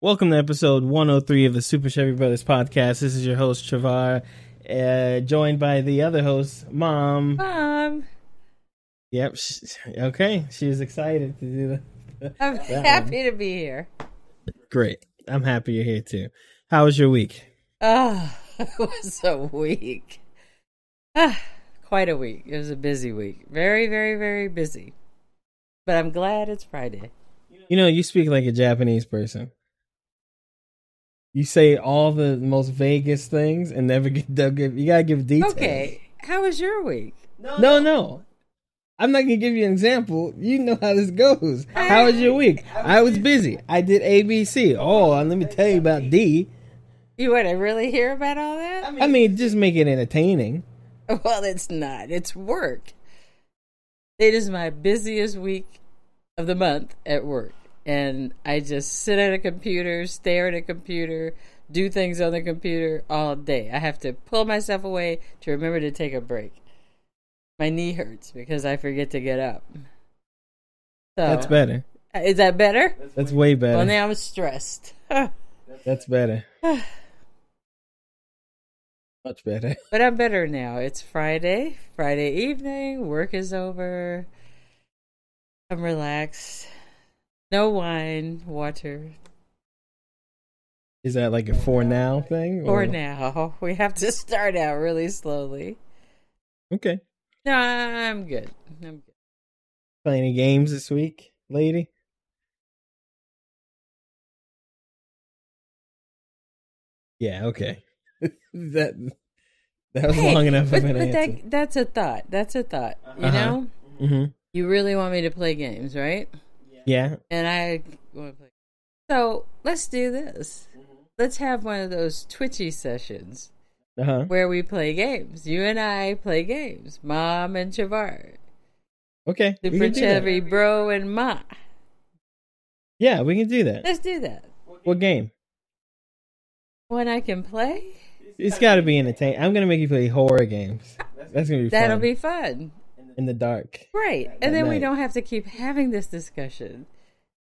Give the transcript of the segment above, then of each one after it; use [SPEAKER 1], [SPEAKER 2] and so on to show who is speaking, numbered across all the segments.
[SPEAKER 1] Welcome to episode 103 of the Super Chevy Brothers podcast. This is your host, Travar, uh, joined by the other host, Mom.
[SPEAKER 2] Mom,
[SPEAKER 1] Yep. sh- Okay. She was excited to do that.
[SPEAKER 2] I'm happy to be here.
[SPEAKER 1] Great. I'm happy you're here too. How was your week?
[SPEAKER 2] Oh, it was a week. Ah, quite a week. It was a busy week. Very, very, very busy. But I'm glad it's Friday.
[SPEAKER 1] You know, you speak like a Japanese person. You say all the most vaguest things and never get, don't give, you gotta give details.
[SPEAKER 2] Okay, how was your week?
[SPEAKER 1] No, no. I'm not gonna give you an example. You know how this goes. How was your week? I was busy. I did ABC. Oh, and let me tell you about D.
[SPEAKER 2] You want to really hear about all that?
[SPEAKER 1] I mean, just make it entertaining.
[SPEAKER 2] Well, it's not. It's work. It is my busiest week of the month at work. And I just sit at a computer, stare at a computer, do things on the computer all day. I have to pull myself away to remember to take a break. My knee hurts because I forget to get up. So,
[SPEAKER 1] That's better.
[SPEAKER 2] Is that better?
[SPEAKER 1] That's way
[SPEAKER 2] Well,
[SPEAKER 1] better.
[SPEAKER 2] now I'm stressed.
[SPEAKER 1] That's better. Much better.
[SPEAKER 2] But I'm better now. It's Friday, Friday evening. Work is over. I'm relaxed. No wine, water.
[SPEAKER 1] Is that like a for now thing?
[SPEAKER 2] For now, we have to start out really slowly.
[SPEAKER 1] Okay.
[SPEAKER 2] No, I'm good. I'm good.
[SPEAKER 1] Play any games this week, lady? Yeah. Okay. that that was
[SPEAKER 2] Hey,
[SPEAKER 1] long enough
[SPEAKER 2] but,
[SPEAKER 1] of an
[SPEAKER 2] but
[SPEAKER 1] answer.
[SPEAKER 2] that, that's a thought. That's a thought. You
[SPEAKER 1] Uh-huh.
[SPEAKER 2] know,
[SPEAKER 1] hmm
[SPEAKER 2] you really want me to play games, right?
[SPEAKER 1] Yeah.
[SPEAKER 2] and I want to play. So let's do this. Let's have one of those twitchy sessions
[SPEAKER 1] Uh huh.
[SPEAKER 2] where we play games. You and I play games. Mom and Chavar.
[SPEAKER 1] Okay. we
[SPEAKER 2] Super
[SPEAKER 1] can do that.
[SPEAKER 2] Chevy Bro and Ma.
[SPEAKER 1] Yeah, we can do that.
[SPEAKER 2] Let's do that.
[SPEAKER 1] What game?
[SPEAKER 2] One I can play.
[SPEAKER 1] It's got to be entertaining. I'm gonna make you play horror games. That's gonna be
[SPEAKER 2] That'll
[SPEAKER 1] fun.
[SPEAKER 2] be fun.
[SPEAKER 1] in the dark.
[SPEAKER 2] Right. And then we
[SPEAKER 1] night.
[SPEAKER 2] don't have to keep having this discussion.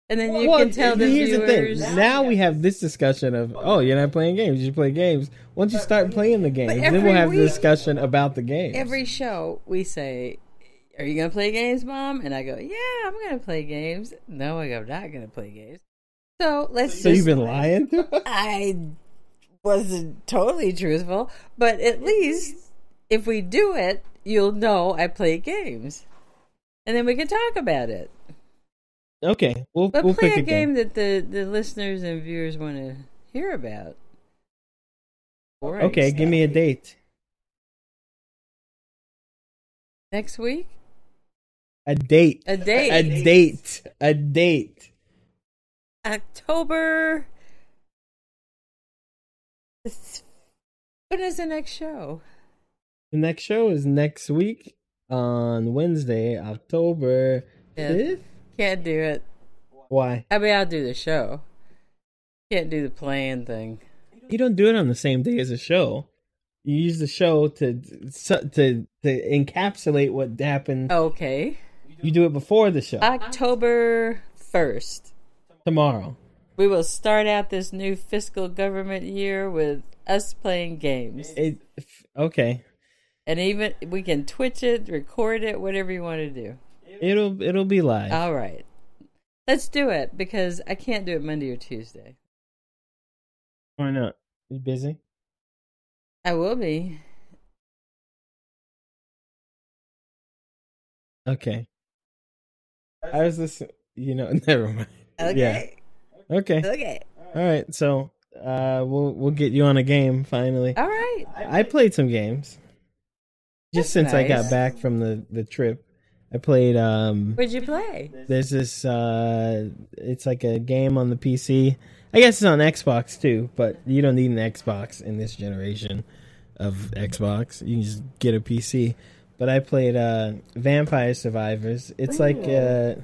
[SPEAKER 2] And then you
[SPEAKER 1] Well,
[SPEAKER 2] can tell the
[SPEAKER 1] here's
[SPEAKER 2] viewers.
[SPEAKER 1] the thing. Now we have this discussion of, oh, you're not playing games. You play games. Once you start playing the games, then
[SPEAKER 2] every
[SPEAKER 1] we'll have the
[SPEAKER 2] week-
[SPEAKER 1] discussion about the games.
[SPEAKER 2] every show we say are you gonna play games mom and i go yeah i'm gonna play games no i go "I'm not gonna play games so let's
[SPEAKER 1] so
[SPEAKER 2] just
[SPEAKER 1] you've been lying to us?
[SPEAKER 2] i wasn't totally truthful but at least if we do it you'll know i play games and then we can talk about it
[SPEAKER 1] Okay, we'll
[SPEAKER 2] but
[SPEAKER 1] we'll
[SPEAKER 2] play
[SPEAKER 1] pick
[SPEAKER 2] a game that the, the listeners and viewers want to hear about Boring
[SPEAKER 1] Okay, give me a
[SPEAKER 2] stuff.
[SPEAKER 1] date.
[SPEAKER 2] next week
[SPEAKER 1] A date.
[SPEAKER 2] a date
[SPEAKER 1] A date. A date.
[SPEAKER 2] October. When is the next show?
[SPEAKER 1] The next show is next week on Wednesday, October
[SPEAKER 2] Yeah.
[SPEAKER 1] fifth.
[SPEAKER 2] Can't do it.
[SPEAKER 1] Why?
[SPEAKER 2] I mean, I'll do the show. Can't do the playing thing.
[SPEAKER 1] You don't do it on the same day as a show. You use the show to to to encapsulate what happened.
[SPEAKER 2] Okay.
[SPEAKER 1] You do it before the
[SPEAKER 2] Uh,
[SPEAKER 1] show.
[SPEAKER 2] October 1st.
[SPEAKER 1] tomorrow.
[SPEAKER 2] We will start out this new fiscal government year with us playing games.
[SPEAKER 1] It, f- okay.
[SPEAKER 2] And even we can Twitch it, record it, whatever you want to do.
[SPEAKER 1] It'll it'll be live.
[SPEAKER 2] All right. Let's do it because I can't do it Monday or Tuesday.
[SPEAKER 1] Why not? You busy?
[SPEAKER 2] I will be.
[SPEAKER 1] Okay. I was listening. You know, never mind.
[SPEAKER 2] Okay.
[SPEAKER 1] Yeah. Okay.
[SPEAKER 2] Okay.
[SPEAKER 1] All right. So, uh, we'll we'll get you on a game finally.
[SPEAKER 2] All right.
[SPEAKER 1] I played some games. Just
[SPEAKER 2] That's
[SPEAKER 1] since I got
[SPEAKER 2] nice.
[SPEAKER 1] back from the the trip, I played um.
[SPEAKER 2] What'd you play?
[SPEAKER 1] There's this uh, it's like a game on the PC. I guess it's on Xbox too, but you don't need an Xbox in this generation of Xbox. You can just get a PC. But I played uh, Vampire Survivors. It's like uh,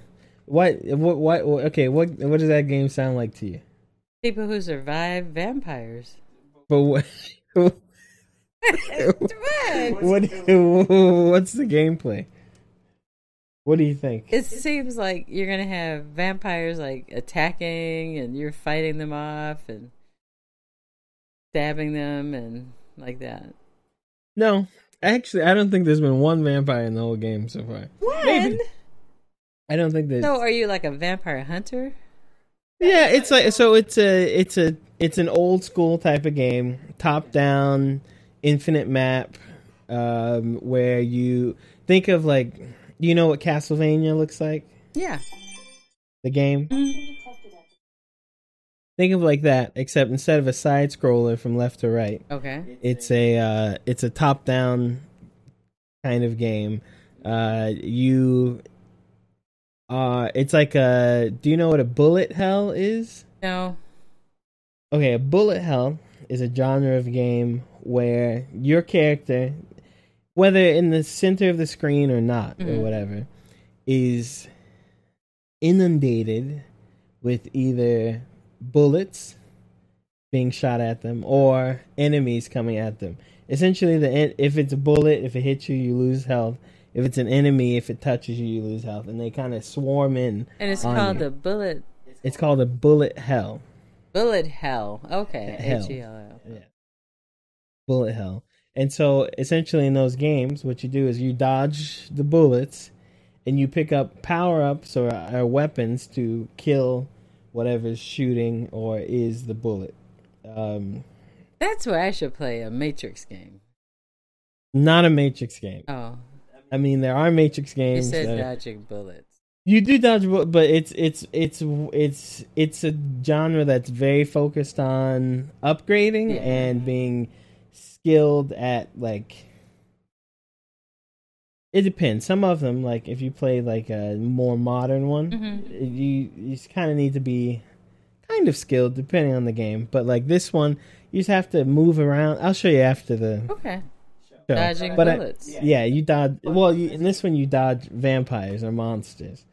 [SPEAKER 1] what, what what okay what what does that game sound like to you?
[SPEAKER 2] People who survive vampires.
[SPEAKER 1] But what
[SPEAKER 2] What?
[SPEAKER 1] what what's the gameplay? What do you think?
[SPEAKER 2] It seems like you're gonna have vampires like attacking, and you're fighting them off, and stabbing them, and like that.
[SPEAKER 1] No, actually, I don't think there's been one vampire in the whole game so far.
[SPEAKER 2] When?
[SPEAKER 1] I don't think that.
[SPEAKER 2] So, are you like a vampire hunter?
[SPEAKER 1] Yeah, it's like so. It's a it's a it's an old school type of game, top down, infinite map, um, where you think of like, you know what Castlevania looks like,
[SPEAKER 2] Yeah.
[SPEAKER 1] the game. Think of like that, except instead of a side scroller from left to right,
[SPEAKER 2] Okay.
[SPEAKER 1] it's a uh, it's a top down kind of game. Uh, you uh it's like a. Do you know what a bullet hell is?
[SPEAKER 2] No.
[SPEAKER 1] okay, a bullet hell is a genre of game where your character, whether in the center of the screen or not, or
[SPEAKER 2] Mhm.
[SPEAKER 1] whatever, is inundated with either bullets being shot at them or enemies coming at them. Essentially, the en- if it's a bullet, if it hits you, you lose health. If it's an enemy, if it touches you, you lose health, and they kind of swarm in.
[SPEAKER 2] And it's
[SPEAKER 1] on
[SPEAKER 2] called
[SPEAKER 1] you.
[SPEAKER 2] the bullet
[SPEAKER 1] It's called a bullet hell.
[SPEAKER 2] bullet hell. Okay.
[SPEAKER 1] Hell.
[SPEAKER 2] H E L L.
[SPEAKER 1] bullet hell. And so essentially in those games, what you do is you dodge the bullets and you pick up power ups or, or weapons to kill whatever's shooting or is the bullet. Um,
[SPEAKER 2] That's where I should play a Matrix game.
[SPEAKER 1] not a Matrix game.
[SPEAKER 2] Oh,
[SPEAKER 1] I mean, there are Matrix
[SPEAKER 2] you
[SPEAKER 1] games.
[SPEAKER 2] said
[SPEAKER 1] that-
[SPEAKER 2] dodging bullets.
[SPEAKER 1] You do dodge, bu- but it's it's it's it's it's a genre that's very focused on upgrading
[SPEAKER 2] Yeah.
[SPEAKER 1] and being skilled at like. It depends. Some of them, like if you play like a more modern one,
[SPEAKER 2] Mhm.
[SPEAKER 1] you you kind of need to be kind of skilled depending on the game. But like this one, you just have to move around. I'll show you after the
[SPEAKER 2] Okay.
[SPEAKER 1] show.
[SPEAKER 2] Oh, Dodging
[SPEAKER 1] But I-
[SPEAKER 2] bullets.
[SPEAKER 1] yeah, you dodge. Well, you, in this one, you dodge vampires or monsters.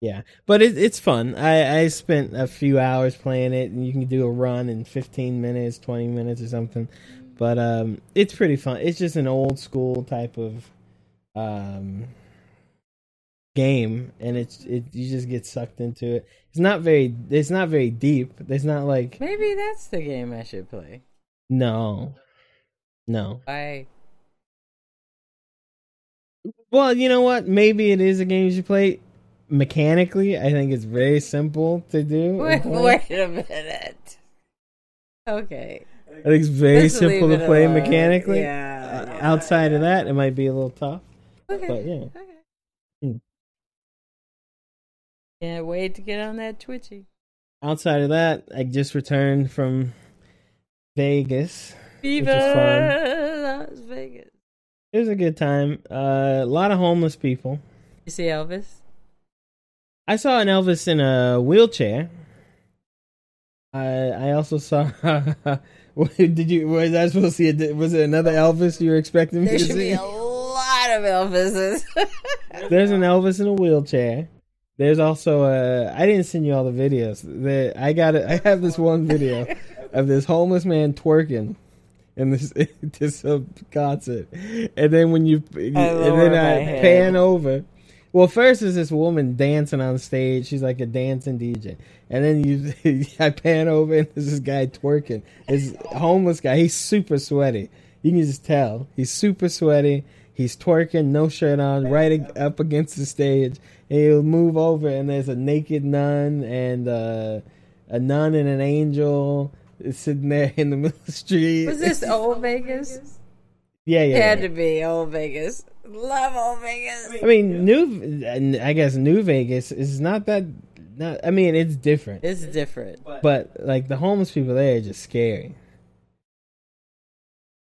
[SPEAKER 1] Yeah, but it, it's fun. I, I spent a few hours playing it, and you can do a run in fifteen minutes, twenty minutes, or something. But um, it's pretty fun. It's just an old school type of um, game, and it's it you just get sucked into it. It's not very. It's not very deep. There's not like
[SPEAKER 2] Maybe that's the game I should play.
[SPEAKER 1] no, no.
[SPEAKER 2] I
[SPEAKER 1] Well, you know what? Maybe it is a game you should play. Mechanically, I think it's very simple to do.
[SPEAKER 2] wait, wait a minute. Okay.
[SPEAKER 1] I think it's very
[SPEAKER 2] Let's
[SPEAKER 1] simple
[SPEAKER 2] leave
[SPEAKER 1] to
[SPEAKER 2] it
[SPEAKER 1] play
[SPEAKER 2] alone.
[SPEAKER 1] mechanically.
[SPEAKER 2] Yeah.
[SPEAKER 1] Uh, outside of that, it might be a little tough.
[SPEAKER 2] okay.
[SPEAKER 1] but yeah.
[SPEAKER 2] Okay.
[SPEAKER 1] Hmm.
[SPEAKER 2] Can't wait to get on that Twitchy.
[SPEAKER 1] Outside of that, I just returned from Vegas.
[SPEAKER 2] Viva Las Vegas.
[SPEAKER 1] It was a good time. Uh, a lot of homeless people.
[SPEAKER 2] You see Elvis?
[SPEAKER 1] I saw an Elvis in a wheelchair. I I also saw. What- did you? Was I supposed to see? A, was it another Elvis you were expecting me
[SPEAKER 2] There
[SPEAKER 1] to
[SPEAKER 2] should
[SPEAKER 1] see?
[SPEAKER 2] be a lot of Elvises.
[SPEAKER 1] There's an Elvis in a wheelchair. There's also a. I didn't send you all the videos. The, I got. it. I have this one video of this homeless man twerking in this to some concert, and then when you and
[SPEAKER 2] lower
[SPEAKER 1] then
[SPEAKER 2] my
[SPEAKER 1] I
[SPEAKER 2] head.
[SPEAKER 1] pan over. Well, first is this woman dancing on stage. She's like a dancing DJ, and then you I pan over and there's this guy twerking. This homeless guy. He's super sweaty. You can just tell he's super sweaty. He's twerking, no shirt on, right ag- up against the stage. And he'll move over, and there's a naked nun and uh, a nun and an angel sitting there in the middle of the street.
[SPEAKER 2] Was this Old Vegas?
[SPEAKER 1] yeah, yeah.
[SPEAKER 2] It had
[SPEAKER 1] yeah.
[SPEAKER 2] to be Old Vegas. Love Old Vegas.
[SPEAKER 1] I mean, New. I guess New Vegas is not that. Not. I mean, it's different,
[SPEAKER 2] It's different.
[SPEAKER 1] but like the homeless people there are just scary.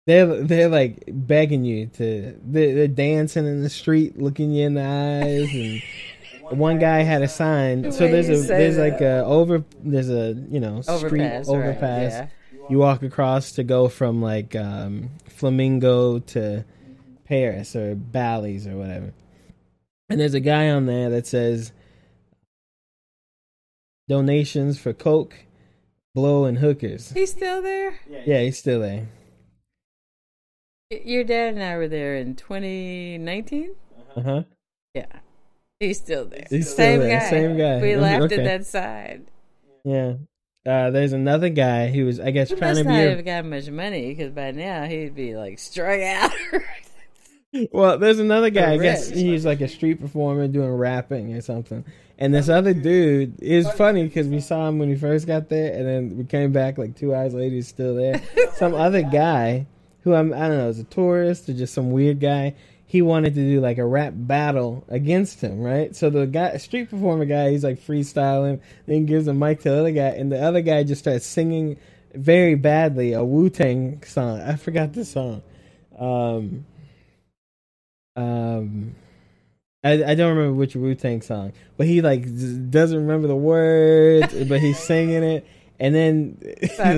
[SPEAKER 1] They're they're like begging you to. They're, they're dancing in the street, looking you in the eyes, and one guy had a sign. So
[SPEAKER 2] way
[SPEAKER 1] there's
[SPEAKER 2] you
[SPEAKER 1] a
[SPEAKER 2] say
[SPEAKER 1] there's
[SPEAKER 2] that.
[SPEAKER 1] like a over there's a you know street
[SPEAKER 2] Overpass,
[SPEAKER 1] overpass.
[SPEAKER 2] right, yeah.
[SPEAKER 1] You walk across to go from like um, Flamingo to Paris or Bally's or whatever. And there's a guy on there that says donations for coke, blow, and hookers.
[SPEAKER 2] He's still there?
[SPEAKER 1] Yeah, he's still there.
[SPEAKER 2] Y- Your dad and I were there in 2019?
[SPEAKER 1] Uh huh.
[SPEAKER 2] Yeah. He's still there.
[SPEAKER 1] He's still there, same guy.
[SPEAKER 2] We
[SPEAKER 1] Mhm,
[SPEAKER 2] laughed
[SPEAKER 1] okay.
[SPEAKER 2] at that sign.
[SPEAKER 1] Yeah. Uh, there's another guy who was, I guess,
[SPEAKER 2] He
[SPEAKER 1] trying
[SPEAKER 2] must
[SPEAKER 1] to
[SPEAKER 2] not
[SPEAKER 1] be. A,
[SPEAKER 2] have got much money because by now he'd be like strung out.
[SPEAKER 1] well, there's another guy. I guess
[SPEAKER 2] Correct.
[SPEAKER 1] he's like a street performer doing rapping or something. And this other dude is funny because we saw him when we first got there, and then we came back like two hours later. He's still there. some other guy who I'm, I don't know, is a tourist or just some weird guy. He wanted to do like a rap battle against him, right? So the guy, street performer guy, he's like freestyling, then gives a mic to the other guy, and the other guy just starts singing very badly a Wu Tang song. I forgot the song. Um, um, I, I don't remember which Wu Tang song, but he like z- doesn't remember the words, but he's singing it. And then
[SPEAKER 2] My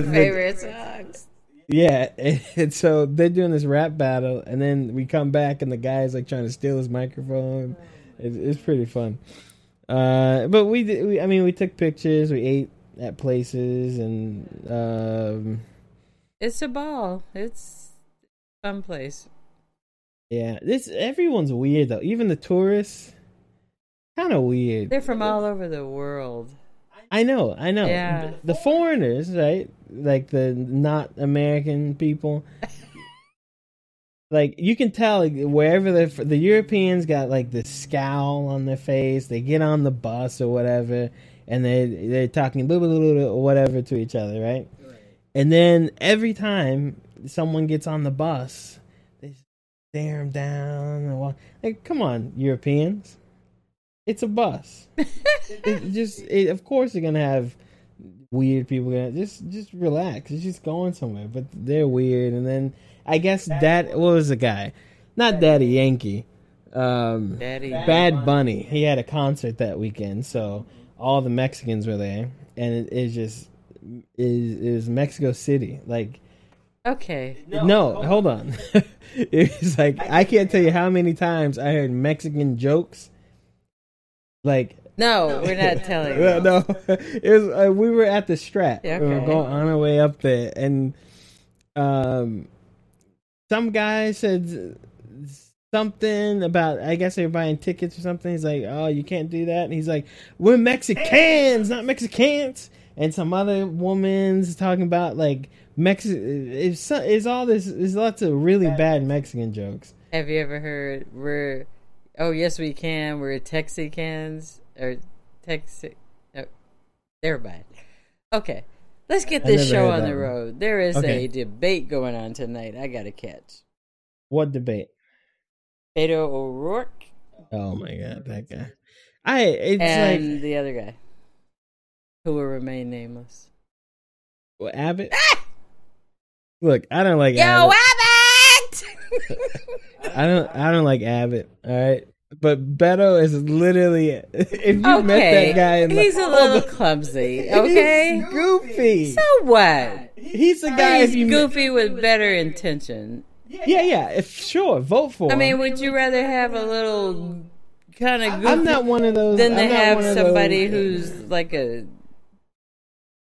[SPEAKER 1] the-
[SPEAKER 2] favorite songs.
[SPEAKER 1] yeah, and, so they're doing this rap battle, and then we come back, and the guy's like trying to steal his microphone. It's, it's pretty fun. Uh, but we, did, we, I mean, we took pictures, we ate at places, and um,
[SPEAKER 2] It's a ball. It's a fun place.
[SPEAKER 1] yeah, this everyone's weird though. Even the tourists, kind of weird.
[SPEAKER 2] They're from all over the world.
[SPEAKER 1] I know, I know.
[SPEAKER 2] Yeah.
[SPEAKER 1] The foreigners, right? Like the not American people. like you can tell like, wherever the the Europeans got like the scowl on their face. They get on the bus or whatever, and they they're talking blah, blah, blah, blah, or whatever to each other, right? And then every time someone gets on the bus, they stare them down and walk. Like, come on, Europeans! It's a bus it just it, of course you're gonna have weird people gonna just just relax it's just going somewhere but they're weird and then i guess that what was the guy not daddy yankee um
[SPEAKER 2] Daddy.
[SPEAKER 1] bad bunny he had a concert that weekend so all the mexicans were there and it is just is is mexico city like
[SPEAKER 2] Okay.
[SPEAKER 1] no, hold on. it's like I can't tell you how many times I heard Mexican jokes. Like
[SPEAKER 2] No, we're not telling.
[SPEAKER 1] well, no, it was. Uh, we were at the Strat.
[SPEAKER 2] Yeah,
[SPEAKER 1] We were
[SPEAKER 2] okay.
[SPEAKER 1] going on our way up there, and um, some guy said something about. I guess they were buying tickets or something. He's like, "Oh, you can't do that." And he's like, "We're Mexicans, not Mexicans." And some other woman's talking about like Mexican. It's, so- it's all this. There's lots of really bad Mexican jokes.
[SPEAKER 2] Have you ever heard we're? Oh yes, we can. We're Texicans or Texi. Oh, never mind. Okay, let's get
[SPEAKER 1] I
[SPEAKER 2] this
[SPEAKER 1] never
[SPEAKER 2] show
[SPEAKER 1] heard
[SPEAKER 2] on
[SPEAKER 1] that
[SPEAKER 2] the
[SPEAKER 1] one.
[SPEAKER 2] road. There is
[SPEAKER 1] Okay.
[SPEAKER 2] a debate going on tonight. I got to catch.
[SPEAKER 1] What debate?
[SPEAKER 2] Beto O'Rourke
[SPEAKER 1] Oh my god, that guy. I. It's
[SPEAKER 2] and
[SPEAKER 1] like
[SPEAKER 2] the other guy, who will remain nameless.
[SPEAKER 1] Well, Abbott. Look, I don't like
[SPEAKER 2] Ah! Yo,
[SPEAKER 1] Abbott.
[SPEAKER 2] Abbott!
[SPEAKER 1] I don't. I don't like Abbott. All right, but Beto is literally. If you
[SPEAKER 2] okay,
[SPEAKER 1] met that guy, in
[SPEAKER 2] he's a
[SPEAKER 1] oh,
[SPEAKER 2] little
[SPEAKER 1] the-
[SPEAKER 2] clumsy. Okay,
[SPEAKER 1] he's goofy.
[SPEAKER 2] so what?
[SPEAKER 1] He's the guy.
[SPEAKER 2] He's
[SPEAKER 1] if you met-
[SPEAKER 2] goofy with better intention.
[SPEAKER 1] yeah, yeah. If sure, vote for.
[SPEAKER 2] I mean,
[SPEAKER 1] him.
[SPEAKER 2] would you rather have a little kind of
[SPEAKER 1] I'm
[SPEAKER 2] goofy
[SPEAKER 1] not one of those.
[SPEAKER 2] than
[SPEAKER 1] I'm
[SPEAKER 2] to
[SPEAKER 1] not
[SPEAKER 2] have
[SPEAKER 1] one of
[SPEAKER 2] somebody
[SPEAKER 1] those-
[SPEAKER 2] who's like a?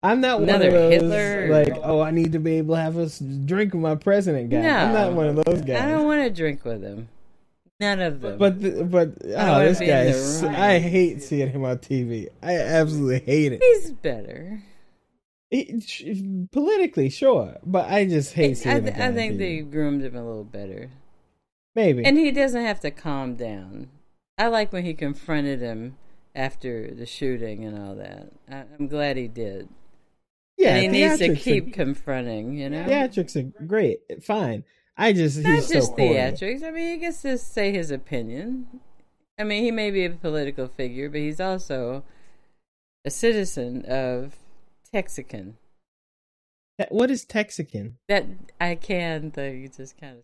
[SPEAKER 1] I'm not one
[SPEAKER 2] another
[SPEAKER 1] of those.
[SPEAKER 2] Hitler or-
[SPEAKER 1] Like, oh, I need to be able to have a s- drink with my president guy. I'm
[SPEAKER 2] No.
[SPEAKER 1] not one of those guys.
[SPEAKER 2] I don't want to drink with him. None of them.
[SPEAKER 1] But th- but oh,
[SPEAKER 2] wanna
[SPEAKER 1] this
[SPEAKER 2] be
[SPEAKER 1] guy.
[SPEAKER 2] in the
[SPEAKER 1] Is,
[SPEAKER 2] room.
[SPEAKER 1] I hate seeing him on TV. I absolutely hate it.
[SPEAKER 2] he's better.
[SPEAKER 1] It- sh- politically, sure, but I just
[SPEAKER 2] I,
[SPEAKER 1] hate seeing
[SPEAKER 2] th-
[SPEAKER 1] it
[SPEAKER 2] I
[SPEAKER 1] on
[SPEAKER 2] think
[SPEAKER 1] TV.
[SPEAKER 2] they groomed him a little better,
[SPEAKER 1] maybe
[SPEAKER 2] and he doesn't have to calm down. I like when he confronted him after the shooting and all that. I, I'm glad he did.
[SPEAKER 1] yeah,
[SPEAKER 2] and he needs to
[SPEAKER 1] theatrics are-
[SPEAKER 2] keep confronting. You know,
[SPEAKER 1] theatrics are great, fine. I just
[SPEAKER 2] not
[SPEAKER 1] he's so
[SPEAKER 2] just
[SPEAKER 1] corny.
[SPEAKER 2] theatrics. I mean, he gets to say his opinion. I mean, he may be a political figure, but he's also a citizen of Texican.
[SPEAKER 1] Te- What is Texican?
[SPEAKER 2] That I can, though, you just kind of.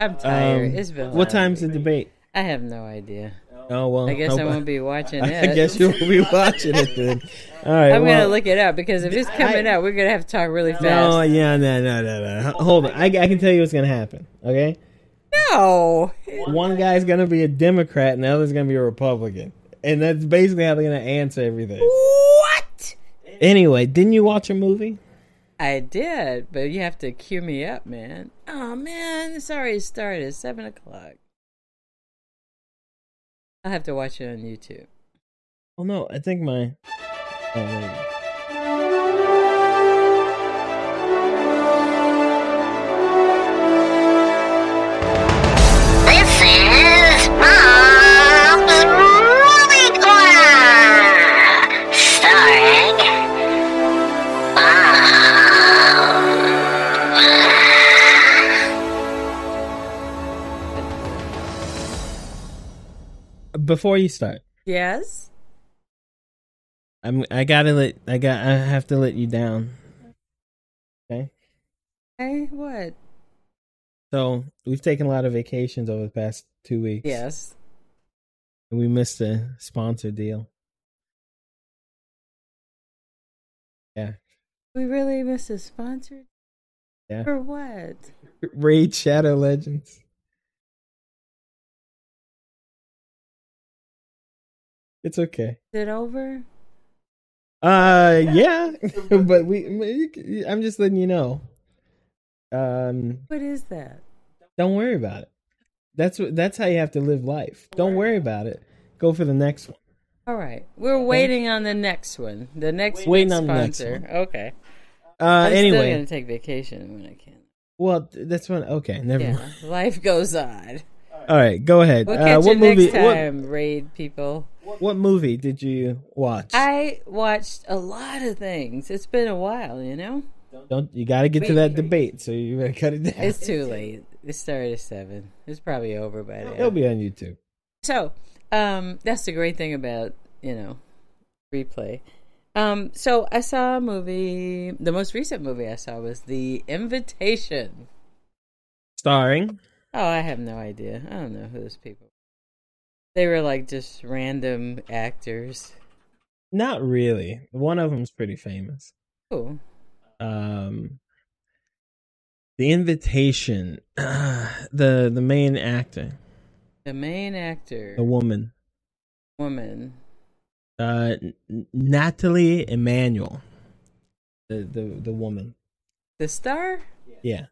[SPEAKER 2] I'm tired.
[SPEAKER 1] Um,
[SPEAKER 2] it's been.
[SPEAKER 1] what
[SPEAKER 2] long.
[SPEAKER 1] Um, time's the debate?
[SPEAKER 2] I have no idea.
[SPEAKER 1] Oh well.
[SPEAKER 2] I guess
[SPEAKER 1] how
[SPEAKER 2] I
[SPEAKER 1] about-
[SPEAKER 2] won't be watching
[SPEAKER 1] I
[SPEAKER 2] it.
[SPEAKER 1] guess you'll be watching it then. All right.
[SPEAKER 2] I'm
[SPEAKER 1] well,
[SPEAKER 2] gonna look it up because if it's coming out, we're gonna have to talk really
[SPEAKER 1] No,
[SPEAKER 2] fast.
[SPEAKER 1] yeah, no, no, no, no. H- Hold on. I, I can tell you what's gonna happen. Okay.
[SPEAKER 2] No,
[SPEAKER 1] One guy's gonna be a Democrat and the other's gonna be a Republican, and that's basically how they're gonna answer everything.
[SPEAKER 2] what?
[SPEAKER 1] Anyway, didn't you watch a movie?
[SPEAKER 2] I did, but you have to cue me up, man. Oh man, it's already started. Seven o'clock. I'll have to watch it on YouTube.
[SPEAKER 1] Oh no, I think my. Oh, there you go.
[SPEAKER 3] This is Mom's Movie Corner, starring Mom.
[SPEAKER 1] Before you start,
[SPEAKER 2] Yes.
[SPEAKER 1] I'm. I gotta let. I got. I have to let you down. Okay.
[SPEAKER 2] Hey, what?
[SPEAKER 1] So we've taken a lot of vacations over the past two weeks.
[SPEAKER 2] Yes.
[SPEAKER 1] And we missed a sponsor deal. Yeah.
[SPEAKER 2] We really missed a sponsor.
[SPEAKER 1] Yeah.
[SPEAKER 2] For what?
[SPEAKER 1] Raid Shadow Legends. It's okay.
[SPEAKER 2] Is it over?
[SPEAKER 1] Uh, yeah, but we. you c- I'm just letting you know. Um,
[SPEAKER 2] What is that?
[SPEAKER 1] don't worry about it. That's what. That's how you have to live life. Don't worry about it. Go for the next one.
[SPEAKER 2] All right, we're waiting on the next one. The next
[SPEAKER 1] Waiting
[SPEAKER 2] big
[SPEAKER 1] on the next
[SPEAKER 2] sponsor.
[SPEAKER 1] one.
[SPEAKER 2] Okay.
[SPEAKER 1] Uh,
[SPEAKER 2] I'm still
[SPEAKER 1] anyway,
[SPEAKER 2] gonna take vacation when I can.
[SPEAKER 1] well, th- that's one. Okay, never mind.
[SPEAKER 2] Yeah, life goes on.
[SPEAKER 1] All right, go ahead.
[SPEAKER 2] We'll
[SPEAKER 1] Uh,
[SPEAKER 2] catch
[SPEAKER 1] what
[SPEAKER 2] you
[SPEAKER 1] movie?
[SPEAKER 2] next time, raid people.
[SPEAKER 1] What, what movie did you watch?
[SPEAKER 2] I watched a lot of things. It's been a while, you know.
[SPEAKER 1] Don't you got to get to
[SPEAKER 2] Wait,
[SPEAKER 1] that
[SPEAKER 2] wait.
[SPEAKER 1] debate? So you better cut it down.
[SPEAKER 2] It's too late. It started at seven. It's probably over by
[SPEAKER 1] It'll
[SPEAKER 2] now.
[SPEAKER 1] be on YouTube.
[SPEAKER 2] So, um, that's the great thing about you know replay. Um, so I saw a movie. The most recent movie I saw was The Invitation.
[SPEAKER 1] Starring.
[SPEAKER 2] Oh, I have no idea. I don't know who those people. They were like just random actors.
[SPEAKER 1] Not really. One of them's pretty famous.
[SPEAKER 2] Oh,
[SPEAKER 1] um the invitation the the main actor
[SPEAKER 2] the main actor,
[SPEAKER 1] the woman
[SPEAKER 2] woman.
[SPEAKER 1] uh N- natalie emmanuel the the, the woman
[SPEAKER 2] The star
[SPEAKER 1] yeah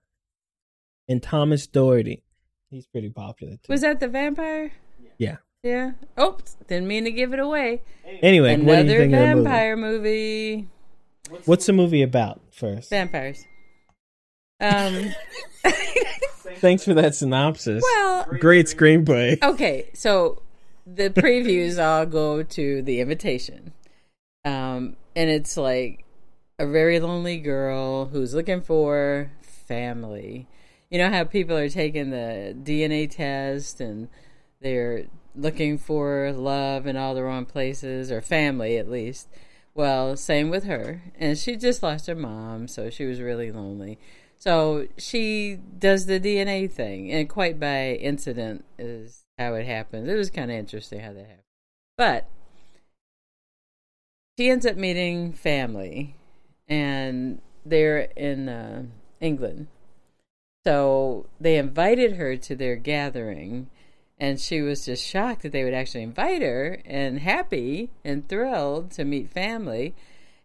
[SPEAKER 1] and thomas doherty he's pretty popular too
[SPEAKER 2] was that the vampire.
[SPEAKER 1] yeah
[SPEAKER 2] Yeah. Oops, didn't mean to give it away.
[SPEAKER 1] anyway what do you
[SPEAKER 2] Another
[SPEAKER 1] think of
[SPEAKER 2] vampire movie.
[SPEAKER 1] the movie what's the movie about first
[SPEAKER 2] Vampires. Um.
[SPEAKER 1] thanks for that synopsis
[SPEAKER 2] well, Oh.
[SPEAKER 1] great screenplay
[SPEAKER 2] okay, so the previews all go to the invitation. Um, and it's like a very lonely girl who's looking for family. You know how people are taking the DNA test and they're looking for love in all the wrong places, or family at least. Well, same with her. And she just lost her mom, so she was really lonely. So she does the DNA thing, and quite by incident is how it happens. It was kind of interesting how that happened. But she ends up meeting family, and they're in uh, England. So they invited her to their gathering, and she was just shocked that they would actually invite her and happy and thrilled to meet family.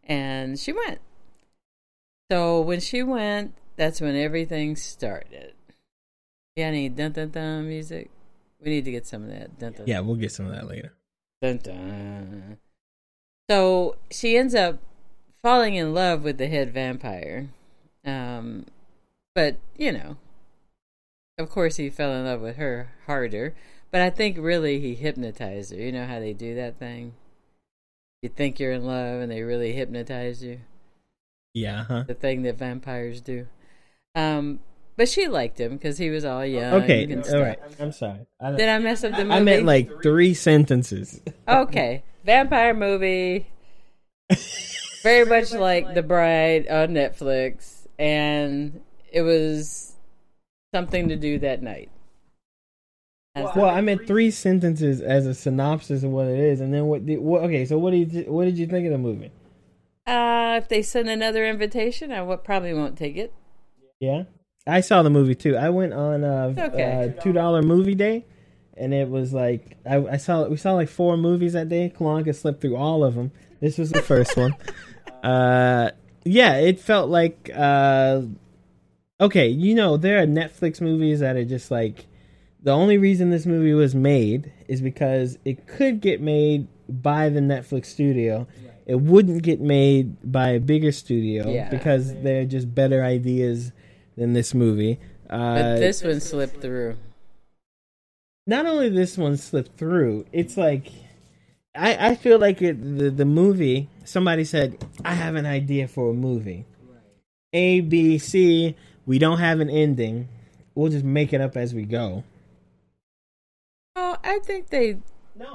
[SPEAKER 2] And she went. So when she went, that's when everything started. Yeah, I need dun dun dun music. We need to get some of that. Dun, dun,
[SPEAKER 1] yeah we'll get some of that later
[SPEAKER 2] Dun, dun. So she ends up falling in love with the head vampire. Um, but, you know, of course he fell in love with her harder. But I think really he hypnotized her. You know how they do that thing? You think you're in love and they really hypnotize you?
[SPEAKER 1] yeah huh
[SPEAKER 2] The thing that vampires do. Um, but she liked him because he was all young.
[SPEAKER 1] okay
[SPEAKER 2] and
[SPEAKER 1] all
[SPEAKER 2] stuff.
[SPEAKER 1] right i'm sorry i,
[SPEAKER 2] Did I mess up the movie?
[SPEAKER 1] I meant like three sentences
[SPEAKER 2] Okay. Vampire movie. Very much like The Bride on Netflix. And it was something to do that night. As
[SPEAKER 1] Well, I meant three sentences as a synopsis of what it is, and then what? Did, what okay, so what did you, what did you think of the movie?
[SPEAKER 2] Uh, if they send another invitation, I w- probably won't take it.
[SPEAKER 1] Yeah, I saw the movie too. I went on a,
[SPEAKER 2] Okay.
[SPEAKER 1] uh two dollar movie day, and it was like I, I saw we saw like four movies that day. Kalonka slipped through all of them. This was the first one. Uh, yeah, it felt like uh, okay, you know there are Netflix movies that are just like the only reason this movie was made is because it could get made by the Netflix studio. It wouldn't get made by a bigger studio
[SPEAKER 2] Yeah.
[SPEAKER 1] because they're just better ideas than this movie.
[SPEAKER 2] But
[SPEAKER 1] Uh,
[SPEAKER 2] this one slipped through.
[SPEAKER 1] not only this one slipped through, it's like I, I feel like it, the the movie. Somebody said, "I have an idea for a movie." A B C. We don't have an ending. We'll just make it up as we go.
[SPEAKER 2] Oh, I think they.